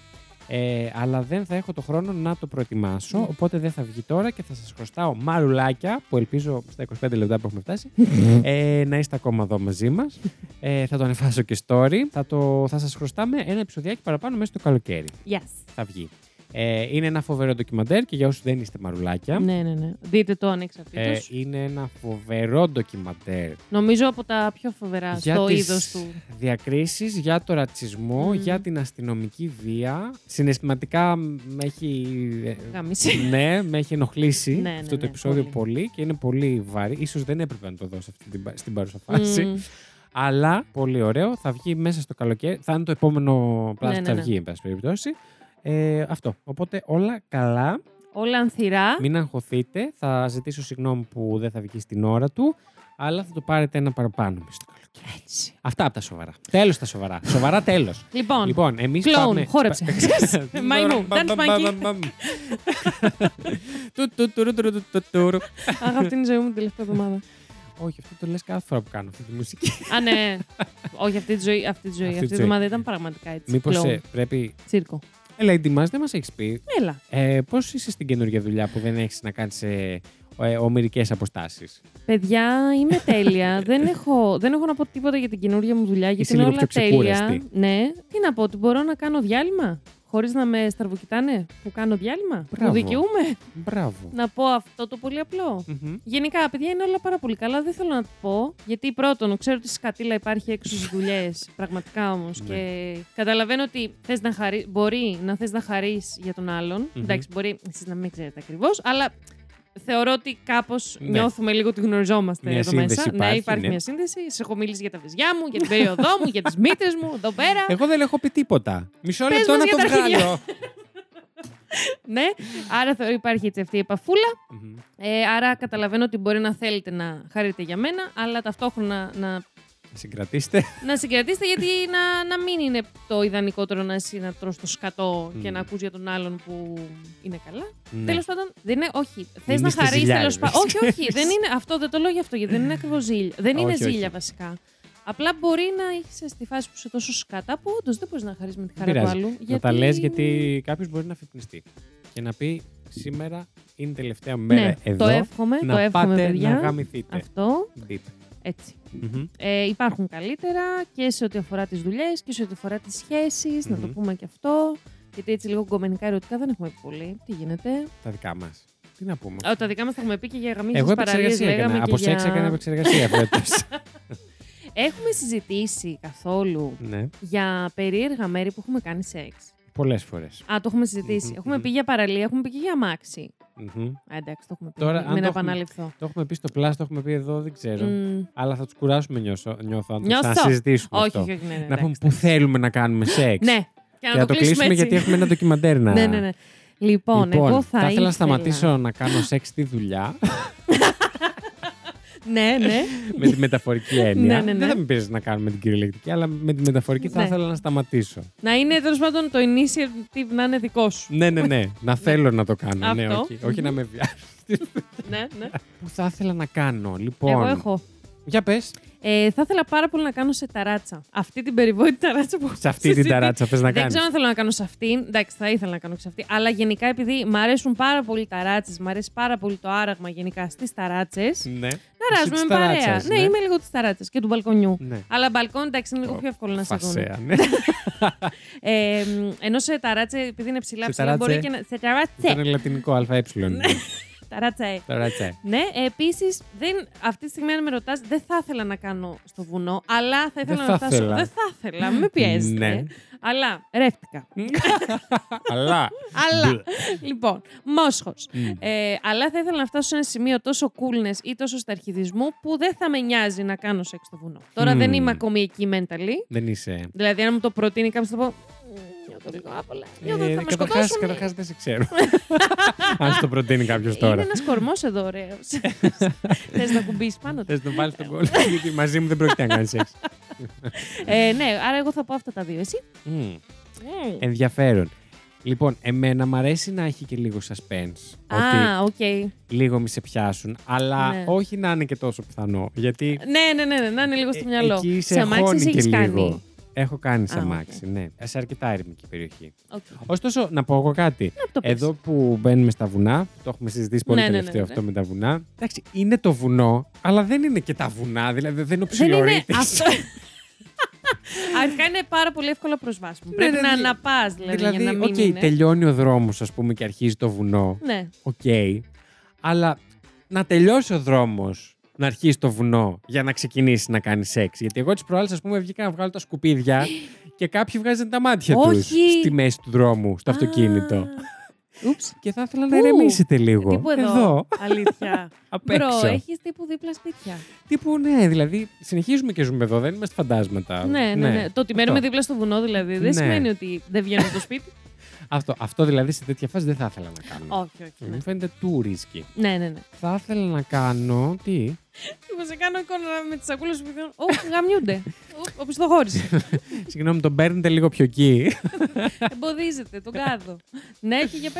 S2: ε, αλλά δεν θα έχω το χρόνο να το προετοιμάσω,
S1: Mm.
S2: οπότε δεν θα βγει τώρα και θα σας χρωστάω μαρουλάκια, που ελπίζω στα 25 λεπτά που έχουμε φτάσει, ε, να είστε ακόμα εδώ μαζί μας. Ε, θα το ανεβάσω και story. Θα, το, θα σας χρωστάμε ένα επεισοδιάκι παραπάνω μέσα στο καλοκαίρι
S1: Yes.
S2: θα βγει. Ε, είναι ένα φοβερό ντοκιμαντέρ και για όσους δεν είστε μαρουλάκια.
S1: Ναι, ναι, ναι. Δείτε το ανεξαρτήτω.
S2: Ε, είναι ένα φοβερό ντοκιμαντέρ
S1: νομίζω από τα πιο φοβερά στο
S2: τις
S1: είδος του.
S2: διακρίσεις, για το ρατσισμό,
S1: Μμμ.
S2: για την αστυνομική βία. Συναισθηματικά με έχει...
S1: Γάμισε.
S2: ναι, με έχει ενοχλήσει
S1: Ναι, ναι,
S2: αυτό το
S1: ναι,
S2: επεισόδιο
S1: πολύ.
S2: πολύ. και είναι πολύ βαρύ. Ίσως δεν έπρεπε να το δώσω αυτή την, πα- στην παρούσα φάση. Αλλά πολύ ωραίο. Θα βγει μέσα στο καλοκαίρι. Θα είναι το επόμενο πλάσμα
S1: Ναι,
S2: που
S1: ναι,
S2: θα
S1: ναι.
S2: βγει, εν πάση περιπτώσει. Ε, αυτό. Οπότε όλα καλά.
S1: Όλα ανθυρά.
S2: Μην αγχωθείτε. Θα ζητήσω συγγνώμη που δεν θα βγει στην ώρα του. Αλλά θα το πάρετε ένα παραπάνω μέσα στο καλοκαίρι.
S1: Έτσι.
S2: Αυτά από τα σοβαρά. Τέλος τα σοβαρά. Σοβαρά τέλος.
S1: Λοιπόν,
S2: λοιπόν, εμείς
S1: κλόουν,
S2: πάμε.
S1: χόρεψε. Μαϊμού, dance monkey.
S2: Του, του, τουρου, τουρου, του, του, τουρου.
S1: Αχ, αυτή είναι η ζωή μου την τελευταία εβδομάδα.
S2: Όχι, αυτό το λες κάθε φορά που κάνω αυτή τη μουσική.
S1: Α, ναι. Όχι, αυτή τη ζωή. Αυτή τη ζωή.
S2: Αυτή
S1: Αυτή
S2: τη
S1: η
S2: ζωή.
S1: εβδομάδα ήταν πραγματικά έτσι.
S2: Μήπως
S1: Κλόουν.
S2: ε, πρέπει.
S1: Τσίρκο.
S2: Ελά, Lady Mas, δεν μας έχεις πει.
S1: Έλα.
S2: Ε, Πώς είσαι στην καινούργια δουλειά που δεν έχεις να κάνεις ε, ε, ομοιρικέ αποστάσεις.
S1: Παιδιά, είμαι τέλεια. δεν, έχω, δεν έχω να πω τίποτα για την καινούργια μου δουλειά, γιατί
S2: Είσαι
S1: είναι
S2: λίγο
S1: όλα
S2: πιο
S1: τέλεια.
S2: ξεκούραστη.
S1: Ναι. Τι να πω, ότι μπορώ να κάνω διάλειμμα. Χωρίς να με σταρβοκοιτάνε που κάνω διάλειμμα. Που
S2: Μπράβο.
S1: δικαιούμαι.
S2: Μπράβο.
S1: Να πω αυτό το πολύ απλό.
S2: Μμμ.
S1: Γενικά, παιδιά, είναι όλα πάρα πολύ καλά. Δεν θέλω να το πω. Γιατί πρώτον, ξέρω ότι στη σκατήλα υπάρχει έξω στις δουλειές. Πραγματικά όμως.
S2: Ναι.
S1: και καταλαβαίνω ότι θες να χαρί... μπορεί να θες να χαρείς για τον άλλον.
S2: Μμμ.
S1: Εντάξει, μπορεί εσείς να μην ξέρετε ακριβώς, αλλά θεωρώ ότι κάπως
S2: Ναι.
S1: νιώθουμε λίγο ότι γνωριζόμαστε
S2: Μια
S1: εδώ
S2: σύνδεση
S1: μέσα. ναι,
S2: υπάρχει,
S1: υπάρχει
S2: ναι.
S1: μια σύνδεση. Σε έχω μιλήσει για τα βυζιά μου, για την περίοδό μου, για τις μύτες μου εδώ πέρα.
S2: Εγώ δεν έχω πει τίποτα. Μισό
S1: Πες
S2: λεπτό
S1: μας
S2: να
S1: για
S2: το
S1: τα αρχίδια.
S2: βγάλω.
S1: ναι. Άρα θεωρώ υπάρχει έτσι αυτή η επαφούλα.
S2: Μμμ.
S1: Ε, άρα καταλαβαίνω ότι μπορεί να θέλετε να χαρείτε για μένα, αλλά ταυτόχρονα να
S2: Συγκρατήστε.
S1: να συγκρατήσετε γιατί να, να μην είναι το ιδανικότερο να εσύ να τρως το σκατό και
S2: Μμμ.
S1: να ακούς για τον άλλον που είναι καλά.
S2: Mm. Ναι.
S1: Τέλος πάντων, δεν είναι, όχι, θες να
S2: είστε
S1: χαρείς τέλος
S2: ζηλιάδες,
S1: πάντων. Όχι, όχι,
S2: ξέρεις.
S1: δεν είναι, αυτό δεν το λέω για αυτό, γιατί δεν είναι ακριβώς ζήλια. Δεν είναι
S2: Όχι, όχι.
S1: ζήλια βασικά. Απλά μπορεί να είσαι στη φάση που είσαι τόσο σκατά που όντως δεν μπορείς να χαρείς με τη χαρά του
S2: πειράζει.
S1: άλλου.
S2: Να τα λες γιατί κάποιος μπορεί να αφυπνιστεί. Και να πει σήμερα είναι τελευταία μέρα
S1: Ναι,
S2: εδώ.
S1: το εύχομαι,
S2: να
S1: το εύχομαι,
S2: πάτε
S1: παιδιά.
S2: να γαμηθείτε.
S1: Αυτό,
S2: Μπιπ.
S1: έτσι.
S2: Μμμ.
S1: Ε, υπάρχουν καλύτερα και σε ό,τι αφορά τις δουλειές και σε ό,τι αφορά τις σχεσεις να το
S2: Μμμ.
S1: πούμε και αυτό. Γιατί έτσι λίγο γκομενικά ερωτικά δεν έχουμε πει πολύ. Τι γίνεται.
S2: Τα δικά μας. Τι να πούμε.
S1: Ό, τα δικά μας τα έχουμε πει και για γαμίες
S2: Εγώ
S1: παραλίες
S2: επεξεργασία
S1: λέγαμε
S2: έκανα.
S1: και
S2: ναι. Από σεξ
S1: για...
S2: έκανα επεξεργασία φέτος.
S1: Έχουμε συζητήσει καθόλου
S2: Ναι,
S1: για περίεργα μέρη που έχουμε κάνει σεξ.
S2: πολλές φορές.
S1: Α, το έχουμε συζητήσει.
S2: Μμμ,
S1: Έχουμε
S2: μμμ.
S1: πει για παραλία, έχουμε πει και για αμάξι. Α, εντάξει, το έχουμε πει.
S2: Τώρα, αν το
S1: Μην
S2: έχουμε-
S1: επαναληφθώ.
S2: Το έχουμε πει στο Plus, το έχουμε πει εδώ, δεν ξέρω.
S1: Μμ,
S2: Αλλά θα τους κουράσουμε, νιώσω, νιώθω, αν
S1: Νιώθω.
S2: θα συζητήσουμε
S1: όχι,
S2: αυτό.
S1: όχι, όχι, ναι, ναι,
S2: να πούμε
S1: εντάξει.
S2: που θέλουμε να κάνουμε σεξ.
S1: Ναι, και να,
S2: Και να το κλείσουμε
S1: έτσι.
S2: γιατί έχουμε ένα ντοκιμαντέρ να.
S1: Ναι, ναι, ναι. Λοιπόν, εγώ θα,
S2: ήθελα να σταματήσω να κάνω σεξ στη δουλειά
S1: Ναι, ναι.
S2: με τη μεταφορική έννοια.
S1: Ναι, ναι, ναι.
S2: Δεν θα με πειράζει να κάνουμε την κυριολεκτική, αλλά με τη μεταφορική θα
S1: Ναι.
S2: ήθελα να σταματήσω.
S1: Να είναι τέλος πάντων το initiative να είναι δικό σου.
S2: Ναι, ναι, ναι. να θέλω να το κάνω. Ναι,
S1: Αυτό. Mm-hmm.
S2: όχι, όχι να με βιάσει.
S1: ναι, ναι.
S2: Που θα ήθελα να κάνω, λοιπόν.
S1: Εγώ έχω.
S2: Για πες.
S1: Ε, θα ήθελα πάρα πολύ να κάνω σε ταράτσα. Αυτή την περιβόητη ταράτσα που έχω
S2: Σε αυτή την
S1: συζητήσει.
S2: ταράτσα θε να
S1: Δεν
S2: κάνεις.
S1: ξέρω αν θέλω να κάνω σε αυτήν. Εντάξει, θα ήθελα να κάνω σε αυτή. Αλλά γενικά επειδή μ' αρέσουν πάρα πολύ οι ταράτσες, μ' αρέσει πάρα πολύ το άραγμα γενικά στις ταράτσες.
S2: Ναι.
S1: Να ράζουμε
S2: Εσύ
S1: με
S2: της
S1: παρέα.
S2: ταράτσας,
S1: Ναι, είμαι λίγο της ταράτσας και του μπαλκονιού.
S2: Ναι.
S1: Αλλά μπαλκόν, εντάξει, είναι λίγο
S2: Ω,
S1: πιο εύκολο να σε δουν.
S2: Φασέα, ναι.
S1: Ε, μ, ενώ σε ταράτσε, επειδή είναι ψηλά
S2: Σε
S1: ψηλά, μπορεί
S2: ταράτσε.
S1: και να. Σε Ναι.
S2: Ήταν
S1: ταράτσε.
S2: λατινικό ΑΕ.
S1: Ταράτσα, ε.
S2: Τώρα τσε.
S1: Ναι, επίσης, αυτή τη στιγμή αν με ρωτάς, δεν θα ήθελα να κάνω στο βουνό, αλλά θα ήθελα να
S2: Δεν θα
S1: φτάσω.
S2: ήθελα.
S1: Δεν θα ήθελα, μην με πιέζετε.
S2: Ναι.
S1: Αλλά ρεύτηκα.
S2: Αλλά.
S1: αλλά. λοιπόν, μόσχος.
S2: Μμ.
S1: Ε, αλλά θα ήθελα να φτάσω σε ένα σημείο τόσο coolness ή τόσο σταρχιδισμού που δεν θα με νοιάζει να κάνω σεξ στο βουνό. Τώρα
S2: Μμ.
S1: δεν είμαι ακόμη εκεί mentally.
S2: Δεν είσαι.
S1: Δηλαδή, αν μου το προτείνει κάποιος, θα πω. «Μμ, Νιώθω λίγο άπολα. Νιώθω ότι θα με
S2: Ε, καταρχάς,
S1: σκοτώσουν.
S2: καταρχάς δεν σε ξέρω. Αν σου το προτείνει κάποιος
S1: Ε, Είναι
S2: τώρα.
S1: ένας κορμός εδώ, ωραίο. Θες να κουμπίσεις πάνω του.
S2: Θες να βάλεις τον κόλλο, γιατί μαζί μου δεν πρόκειται να κάνεις σεξ.
S1: Ε, ναι, άρα εγώ θα πω αυτά τα δύο. Εσύ.
S2: Μμ.
S1: Μμ.
S2: Ενδιαφέρον. Λοιπόν, εμένα μ' αρέσει να έχει και λίγο suspense. Ε, Ότι
S1: Α, οκ.
S2: λίγο μη σε πιάσουν, αλλά
S1: Ναι.
S2: όχι να είναι και τόσο πιθανό. Γιατί
S1: Ναι, ναι, ναι, ναι, να είναι λίγο στο
S2: ε,
S1: μυαλό.
S2: εκεί σε
S1: Σε αμάξι
S2: χώνει
S1: εσύ
S2: και
S1: έχεις
S2: λίγο.
S1: κάνει.
S2: Έχω κάνει σε
S1: Α, οκ.
S2: αμάξι, ναι. Σε αρκετά ερημική περιοχή.
S1: Οκ. Ε,
S2: Ωστόσο, να πω εγώ κάτι.
S1: Να το πεις.
S2: Εδώ που μπαίνουμε στα βουνά, το έχουμε συζητήσει πολύ
S1: Ναι, ναι, ναι,
S2: τελευταίο
S1: ναι.
S2: αυτό με τα βουνά. Εντάξει, είναι το βουνό, αλλά δεν είναι και τα βουνά, δηλαδή δεν είναι ο
S1: Δεν είναι
S2: ψιλορίτη.
S1: αυτό. Αρχικά είναι πάρα πολύ εύκολα προσβάσιμο.
S2: Ναι,
S1: Πρέπει
S2: ναι,
S1: να
S2: δηλαδή-
S1: αναπάς δηλαδή,
S2: δηλαδή,
S1: για να μην
S2: οκ,
S1: είναι.
S2: τελειώνει ο δρόμος, ας πούμε, και αρχίζει το βουνό.
S1: Ναι.
S2: Οκ. Αλλά να τελειώσει ο δρόμος να αρχίσει το βουνό για να ξεκινήσει να κάνει σεξ. Γιατί εγώ τις προάλλες, ας πούμε, βγήκα να βγάλω τα σκουπίδια και κάποιοι βγάζαν τα μάτια τους
S1: Όχι.
S2: στη μέση του δρόμου, στο αυτοκίνητο.
S1: Α, Ούψ.
S2: Και θα ήθελα να
S1: Πού?
S2: ηρεμήσετε λίγο.
S1: Τύπου εδώ. Αλήθεια.
S2: απ'
S1: Μπρο,
S2: έξω.
S1: έχεις τύπου δίπλα σπίτια.
S2: Τύπου, ναι, δηλαδή συνεχίζουμε και ζούμε εδώ, δεν είμαστε φαντάσματα.
S1: ναι, ναι, ναι. Το ότι μένουμε
S2: Αυτό.
S1: δίπλα στο βουνό δηλαδή δεν
S2: Ναι.
S1: σημαίνει ότι δεν βγαίνω από το σπίτι.
S2: Αυτό, αυτό δηλαδή σε τέτοια φάση δεν θα ήθελα να κάνω.
S1: όχι, όχι. Ναι,
S2: Μου φαίνεται του ρίσκι.
S1: ναι, ναι. ναι.
S2: Θα ήθελα να κάνω. Τι. Λοιπόν,
S1: Και σε κάνω εικόνα με τις σακούλες που πηγαίνουν. Ωπ, γαμιούνται. Ωπ, οπισθοχώρησε.
S2: Συγγνώμη, τον παίρνετε λίγο πιο εκεί.
S1: Εμποδίζεται τον κάδο. ναι, και για πες.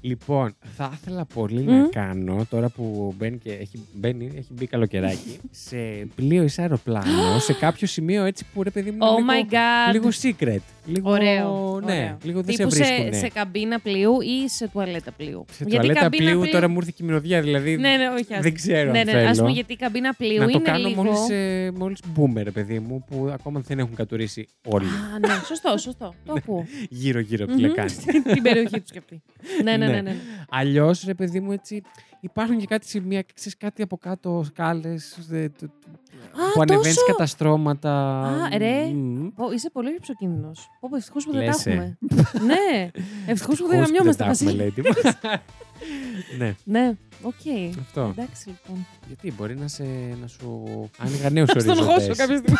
S2: λοιπόν, θα ήθελα πολύ
S1: Μμμ.
S2: να κάνω τώρα που μπαίνει και έχει, μπαίνει, έχει μπει καλοκαιράκι σε πλοίο ή σε αεροπλάνο, σε κάποιο σημείο έτσι που ρε παιδί μου.
S1: Oh
S2: είναι
S1: my god.
S2: λίγο, λίγο secret. Λίγο,
S1: Ωραίο.
S2: Ναι,
S1: ωραίο.
S2: λίγο δεν
S1: Τύπου
S2: σε βρίσκουνε.
S1: σε καμπίνα πλοίου ή σε τουαλέτα πλοίου.
S2: Σε τουαλέτα
S1: καμπίνα
S2: πλοίου τώρα μου ήρθε η κοιμηροδιά, δηλαδή
S1: Ναι, ναι, όχι. ας-
S2: δεν ξέρω
S1: Ναι,
S2: αν
S1: ναι,
S2: θέλω.
S1: ας πούμε γιατί η καμπίνα πλοίου
S2: να
S1: είναι
S2: το κάνω
S1: λίγο...
S2: μόλις, ε, μόλις boomer, ρε παιδί μου, που ακόμα δεν έχουν κατουρίσει όλοι
S1: Α, ναι, σωστό, σωστό. το ακούω.
S2: γύρω-γύρω από
S1: Μμμ.
S2: τη λεκάνη.
S1: Στην- Την περιοχή τους και αυτή. Ναι, ναι, ναι. ναι, ναι.
S2: Αλλιώς, ρε παιδί μου, έτσι υπάρχουν και κάτι σημεία, ξέρεις κάτι από κάτω, σκάλες. Που ανεβαίνεις
S1: τόσο?
S2: κατά στρώματα.
S1: Α, ρε.
S2: Μμμ.
S1: Πω, είσαι πολύ υψοκίνδυνο. Πω, ευτυχώς που δεν τα
S2: Λες, ε.
S1: έχουμε. ναι, ευτυχώς που δεν
S2: Ευτυχώς
S1: γαμιόμαστε.
S2: τα έχουμε,
S1: Βασίλη.
S2: λέει, τίποτα. Ναι,
S1: Ναι, οκ.
S2: αυτό.
S1: Εντάξει λοιπόν.
S2: Γιατί μπορεί να, σε, να σου άνοιγα νέου ορίζοντε.
S1: Στον χώσω κάποια στιγμή.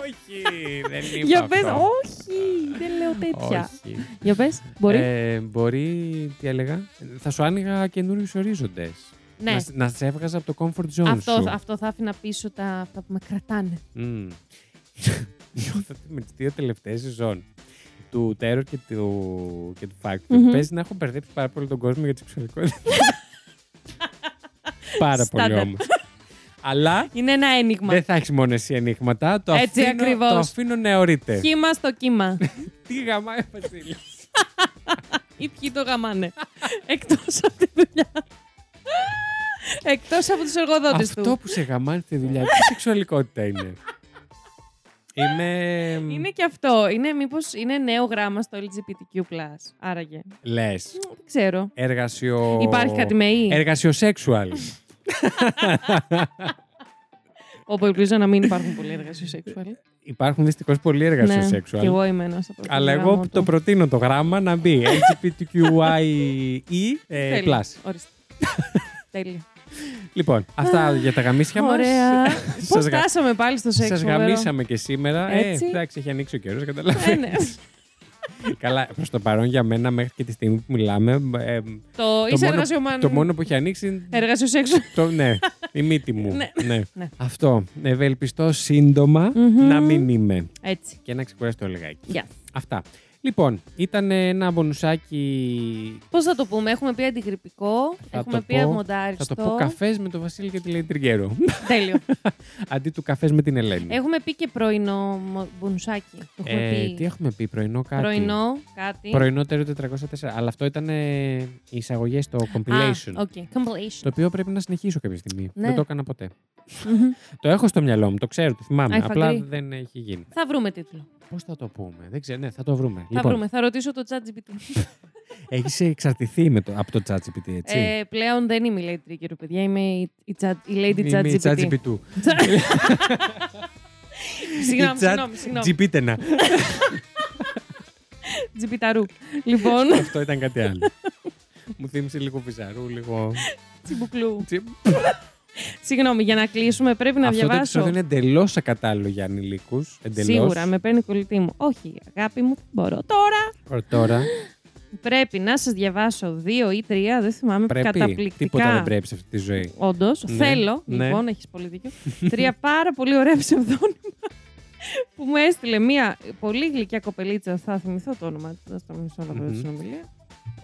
S2: Όχι, δεν είπα.
S1: Για πε.
S2: αυτό.
S1: Όχι, δεν λέω τέτοια.
S2: Όχι.
S1: Για πες, μπορεί.
S2: Ε, μπορεί, τι έλεγα, θα σου άνοιγα καινούριους ορίζοντες.
S1: Ναι,
S2: Να, σ- να σε έβγαζα από το comfort zone
S1: αυτό,
S2: σου.
S1: αυτό θα άφηνα πίσω τα, αυτά που με κρατάνε.
S2: Μμμ. Νιώθω ότι με τις δύο τελευταίες σεζόν του Terror και του, και του Factor
S1: Μμμ.
S2: παίζει να έχω μπερδέψει πάρα πολύ τον κόσμο για τη σεξουαλικότητα. πάρα πολύ
S1: Στάνταρ.
S2: όμως. Αλλά
S1: Είναι ένα ένιγμα.
S2: δεν θα έχεις μόνο εσύ ενίγματα. Το
S1: Έτσι
S2: αφήνω,
S1: ακριβώς.
S2: Το αφήνω νεωρίτε.
S1: Κύμα στο κύμα.
S2: Τι γαμάει, Βασίλης.
S1: Ή ποιοι το γαμάνε. Εκτός από τη δουλειά. Εκτός από τους εργοδότες του.
S2: Αυτό που σε γαμάει στη δουλειά, τι σεξουαλικότητα είναι. Είμαι.
S1: Είναι και αυτό. Είναι μήπως είναι νέο γράμμα στο LGBTQ+. Άραγε.
S2: Λες.
S1: Δεν ξέρω.
S2: Εργασιο.
S1: Υπάρχει κάτι με «η»
S2: Εργασιοσέξουαλ.
S1: όπου ελπίζω να μην υπάρχουν πολλοί εργασίες sexual.
S2: Υπάρχουν δυστυχώς πολλοί
S1: Ναι,
S2: εργασιοσέξουαλ.
S1: και εγώ είμαι ένας από τους
S2: Αλλά
S1: γάμο
S2: εγώ
S1: του.
S2: το προτείνω το γράμμα να μπει LGBTQIE. ε,
S1: Τέλεια.
S2: plus.
S1: Ορίστε. Τέλεια.
S2: Λοιπόν, αυτά για τα γαμίσια μας.
S1: Ωραία. Πώς
S2: γα-
S1: φτάσαμε πάλι στο σεξ.
S2: Σας
S1: φοβερό.
S2: γαμίσαμε και σήμερα. Ε,
S1: Έτσι.
S2: εντάξει, έχει ανοίξει ο καιρός,
S1: Ε,
S2: καταλαβαίνω.
S1: ναι.
S2: Καλά, προς το παρόν για μένα, μέχρι και τη στιγμή που μιλάμε. ε, ε,
S1: Το είσαι
S2: μόνο,
S1: εργασιομάν.
S2: το μόνο που έχει ανοίξει είναι.
S1: Εργασίου sexual.
S2: Το, ναι, η μύτη μου.
S1: Ναι.
S2: ναι.
S1: Ναι.
S2: Αυτό. Ευελπιστώ σύντομα
S1: Μμμ.
S2: να μην είμαι.
S1: Έτσι.
S2: Και να ξεκουράσει το λιγάκι.
S1: Γεια.
S2: Αυτά. Λοιπόν, ήταν ένα μπονουσάκι
S1: Πώς θα το πούμε. Έχουμε πει αντιγρυπικό. Έχουμε
S2: το
S1: πει
S2: πω-
S1: αμοντάριστο.
S2: Θα το πω καφές με τον Βασίλη και τη Λέινη Τριγκέρο.
S1: Τέλειο.
S2: Αντί του καφές με την Ελένη.
S1: Έχουμε πει και πρωινό μο- μπουνουσάκι. Το έχουμε
S2: Ε,
S1: πει.
S2: τι έχουμε πει, πρωινό κάτι.
S1: Πρωινό, κάτι.
S2: Πρωινό Terror 404. Αλλά αυτό ήταν ε, οι εισαγωγές στο compilation.
S1: Α, okay. compilation.
S2: Το οποίο πρέπει να συνεχίσω κάποια στιγμή.
S1: Ναι.
S2: Δεν το έκανα ποτέ. το έχω στο μυαλό μου, το ξέρω, το θυμάμαι.
S1: I
S2: Απλά
S1: agree.
S2: δεν έχει γίνει.
S1: Θα βρούμε τίτλο.
S2: Πώς θα το πούμε, δεν ξέρω. Ναι, θα το βρούμε.
S1: Θα
S2: λοιπόν,
S1: βρούμε. Θα ρωτήσω το chat GPT.
S2: έχεις εξαρτηθεί με το, από το ChatGPT, έτσι.
S1: Ε, πλέον δεν είμαι η Lady Trigger, παιδιά. Είμαι η, η, chat, η Lady
S2: Είμαι
S1: Chat
S2: η
S1: GPT.
S2: ChatGPT.
S1: συγγνώμη,
S2: Η chat
S1: συγγνώμη, συγγνώμη.
S2: GPT να.
S1: Τζιπιταρού. λοιπόν,
S2: Αυτό ήταν κάτι άλλο. Μου θύμισε λίγο βυζαρού, λίγο.
S1: τσιμπουκλού.
S2: Τσιμπ.
S1: Συγγνώμη, για να κλείσουμε πρέπει να
S2: Αυτό το
S1: διαβάσω.
S2: επεισόδιο είναι εντελώς ακατάλληλο για ανηλίκους.
S1: Σίγουρα, με παίρνει η κολλητή μου. Όχι, αγάπη μου, δεν μπορώ. Τώρα
S2: Τώρα
S1: πρέπει να σας διαβάσω δύο ή τρία, δεν θυμάμαι
S2: πρέπει. Τίποτα δεν
S1: καταπληκτικά.
S2: πρέπει σε αυτή τη ζωή.
S1: Όντως,
S2: Ναι,
S1: θέλω.
S2: ναι.
S1: Λοιπόν, έχεις πολύ δίκιο. Τρία πάρα πολύ ωραία ψευδόνυμα που μου έστειλε μία πολύ γλυκιά κοπελίτσα. Θα θυμηθώ το όνομα τη. Θα το μισό να βρω τη
S2: Μμμ.
S1: συνομιλία.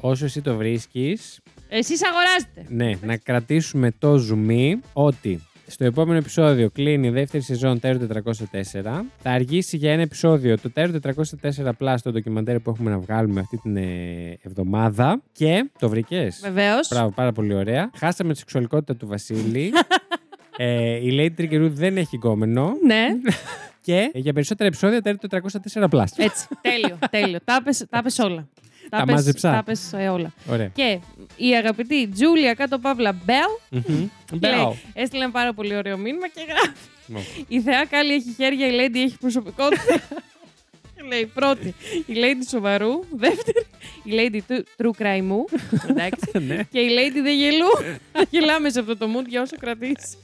S2: Όσο εσύ το βρίσκεις,
S1: Εσείς αγοράζετε.
S2: ναι, να κρατήσουμε το ζουμί ότι στο επόμενο επεισόδιο κλείνει η δεύτερη σεζόν Terror 404. Θα αργήσει για ένα επεισόδιο το Terror 404 Plus, το ντοκιμαντέρ που έχουμε να βγάλουμε αυτή την ε, εβδομάδα. Και το βρήκες.
S1: Βεβαίως.
S2: Μπράβο, πάρα πολύ ωραία. Χάσαμε τη σεξουαλικότητα του Βασίλη. ε, η Lady Τρικερού δεν έχει γκόμενο.
S1: Ναι.
S2: Και για περισσότερα επεισόδια τα έρθει το 404 Plus.
S1: Έτσι. τέλειο, τέλειο. Τα πες- Τα πες όλα.
S2: Τα
S1: πες-
S2: μάζεψα.
S1: Τα πες, ε, όλα.
S2: Ωραία.
S1: Και η αγαπητή Τζούλια κάτω παύλα Μπέλ
S2: Μμμ. Μπράβο.
S1: λέει, έστειλε ένα πάρα πολύ ωραίο μήνυμα και γράφει
S2: Μμμ.
S1: Η Θεά Κάλλη έχει χέρια, η Lady έχει προσωπικότητα. λέει πρώτη, η Lady σοβαρού. Δεύτερη, η Lady του true crime μου. Εντάξει.
S2: Ναι.
S1: και η Lady δεν γελού. Θα Γελάμε σε αυτό το mood για όσο κρατήσει.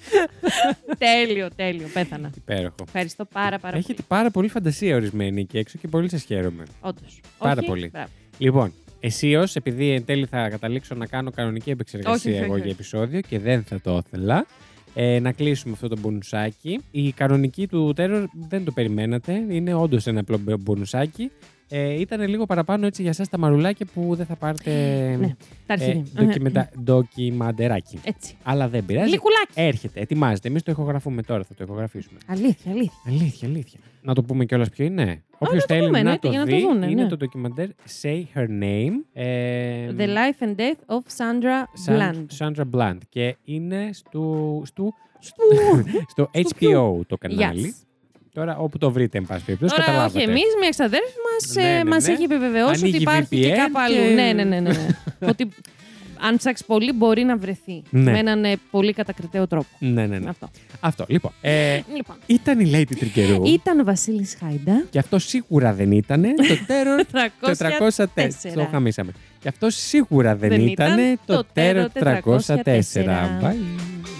S1: τέλειο, τέλειο. Πέθανα.
S2: Υπέροχο.
S1: Ευχαριστώ πάρα πάρα
S2: Έχετε πάρα πολύ φαντασία ορισμένοι εκεί έξω και πολύ σα χαίρομαι.
S1: πολύ. Όντως.
S2: Πάρα
S1: Όχι?
S2: πολύ.
S1: Μπράβο.
S2: Λοιπόν, αισίω, επειδή εν τέλει θα καταλήξω να κάνω κανονική επεξεργασία
S1: Όχι, όχι,
S2: εγώ
S1: όχι.
S2: για επεισόδιο και δεν θα το ήθελα. Ε, να κλείσουμε αυτό το μπουνουσάκι. Η κανονική του Terror δεν το περιμένατε. Είναι όντως ένα απλό μπο- μπουνουσάκι. Ε, ήταν λίγο παραπάνω έτσι για εσά τα μαρουλάκια που δεν θα πάρετε.
S1: Ναι, τα
S2: ε,
S1: αρχίδια.
S2: ντοκιμεντα-
S1: ναι.
S2: ντοκιμαντεράκι.
S1: Έτσι.
S2: Αλλά δεν πειράζει.
S1: Γλυκουλάκι.
S2: Έρχεται, ετοιμάζεται. Εμείς το ηχογραφούμε τώρα, θα το ηχογραφήσουμε.
S1: Αλήθεια, αλήθεια.
S2: Αλήθεια, αλήθεια. Να το πούμε κιόλας ποιο είναι. Όποιο
S1: να το
S2: θέλει
S1: πούμε,
S2: να
S1: ναι,
S2: το
S1: για να το
S2: δει,
S1: δούνε,
S2: είναι
S1: ναι.
S2: το ντοκιμαντέρ Say Her Name. Ε,
S1: The Life and Death of Sandra
S2: Σαν-
S1: Bland.
S2: Sandra Bland. Και είναι στο, στο,
S1: Στου.
S2: στο HBO το κανάλι.
S1: Yes.
S2: Τώρα όπου το βρείτε, εν πάση περιπτώσει,
S1: Τώρα,
S2: καταλάβατε.
S1: όχι εμεί, μια εξαδέρφη μας
S2: Ναι, ναι,
S1: μας
S2: ναι.
S1: έχει επιβεβαιώσει
S2: Ανοίγει
S1: ότι υπάρχει και
S2: VPN
S1: κάπου αλλού.
S2: και-
S1: Ναι, ναι, ναι. ναι, ναι. ότι αν ψάξει πολύ, μπορεί να βρεθεί.
S2: Ναι.
S1: Με έναν ε, πολύ κατακριτέο τρόπο.
S2: Ναι, ναι, ναι.
S1: Αυτό.
S2: Αυτό, λοιπόν. Ε,
S1: Λοιπόν,
S2: ήταν η Lady Τρικερού.
S1: ήταν ο Βασίλης Χάιντα.
S2: Και αυτό σίγουρα δεν ήταν το Terror 404.
S1: 404.
S2: Το χαμίσαμε. Και αυτό σίγουρα δεν,
S1: Δεν
S2: ήταν
S1: ήταν
S2: το
S1: το Terror
S2: Terror 404.
S1: 404.
S2: Bye.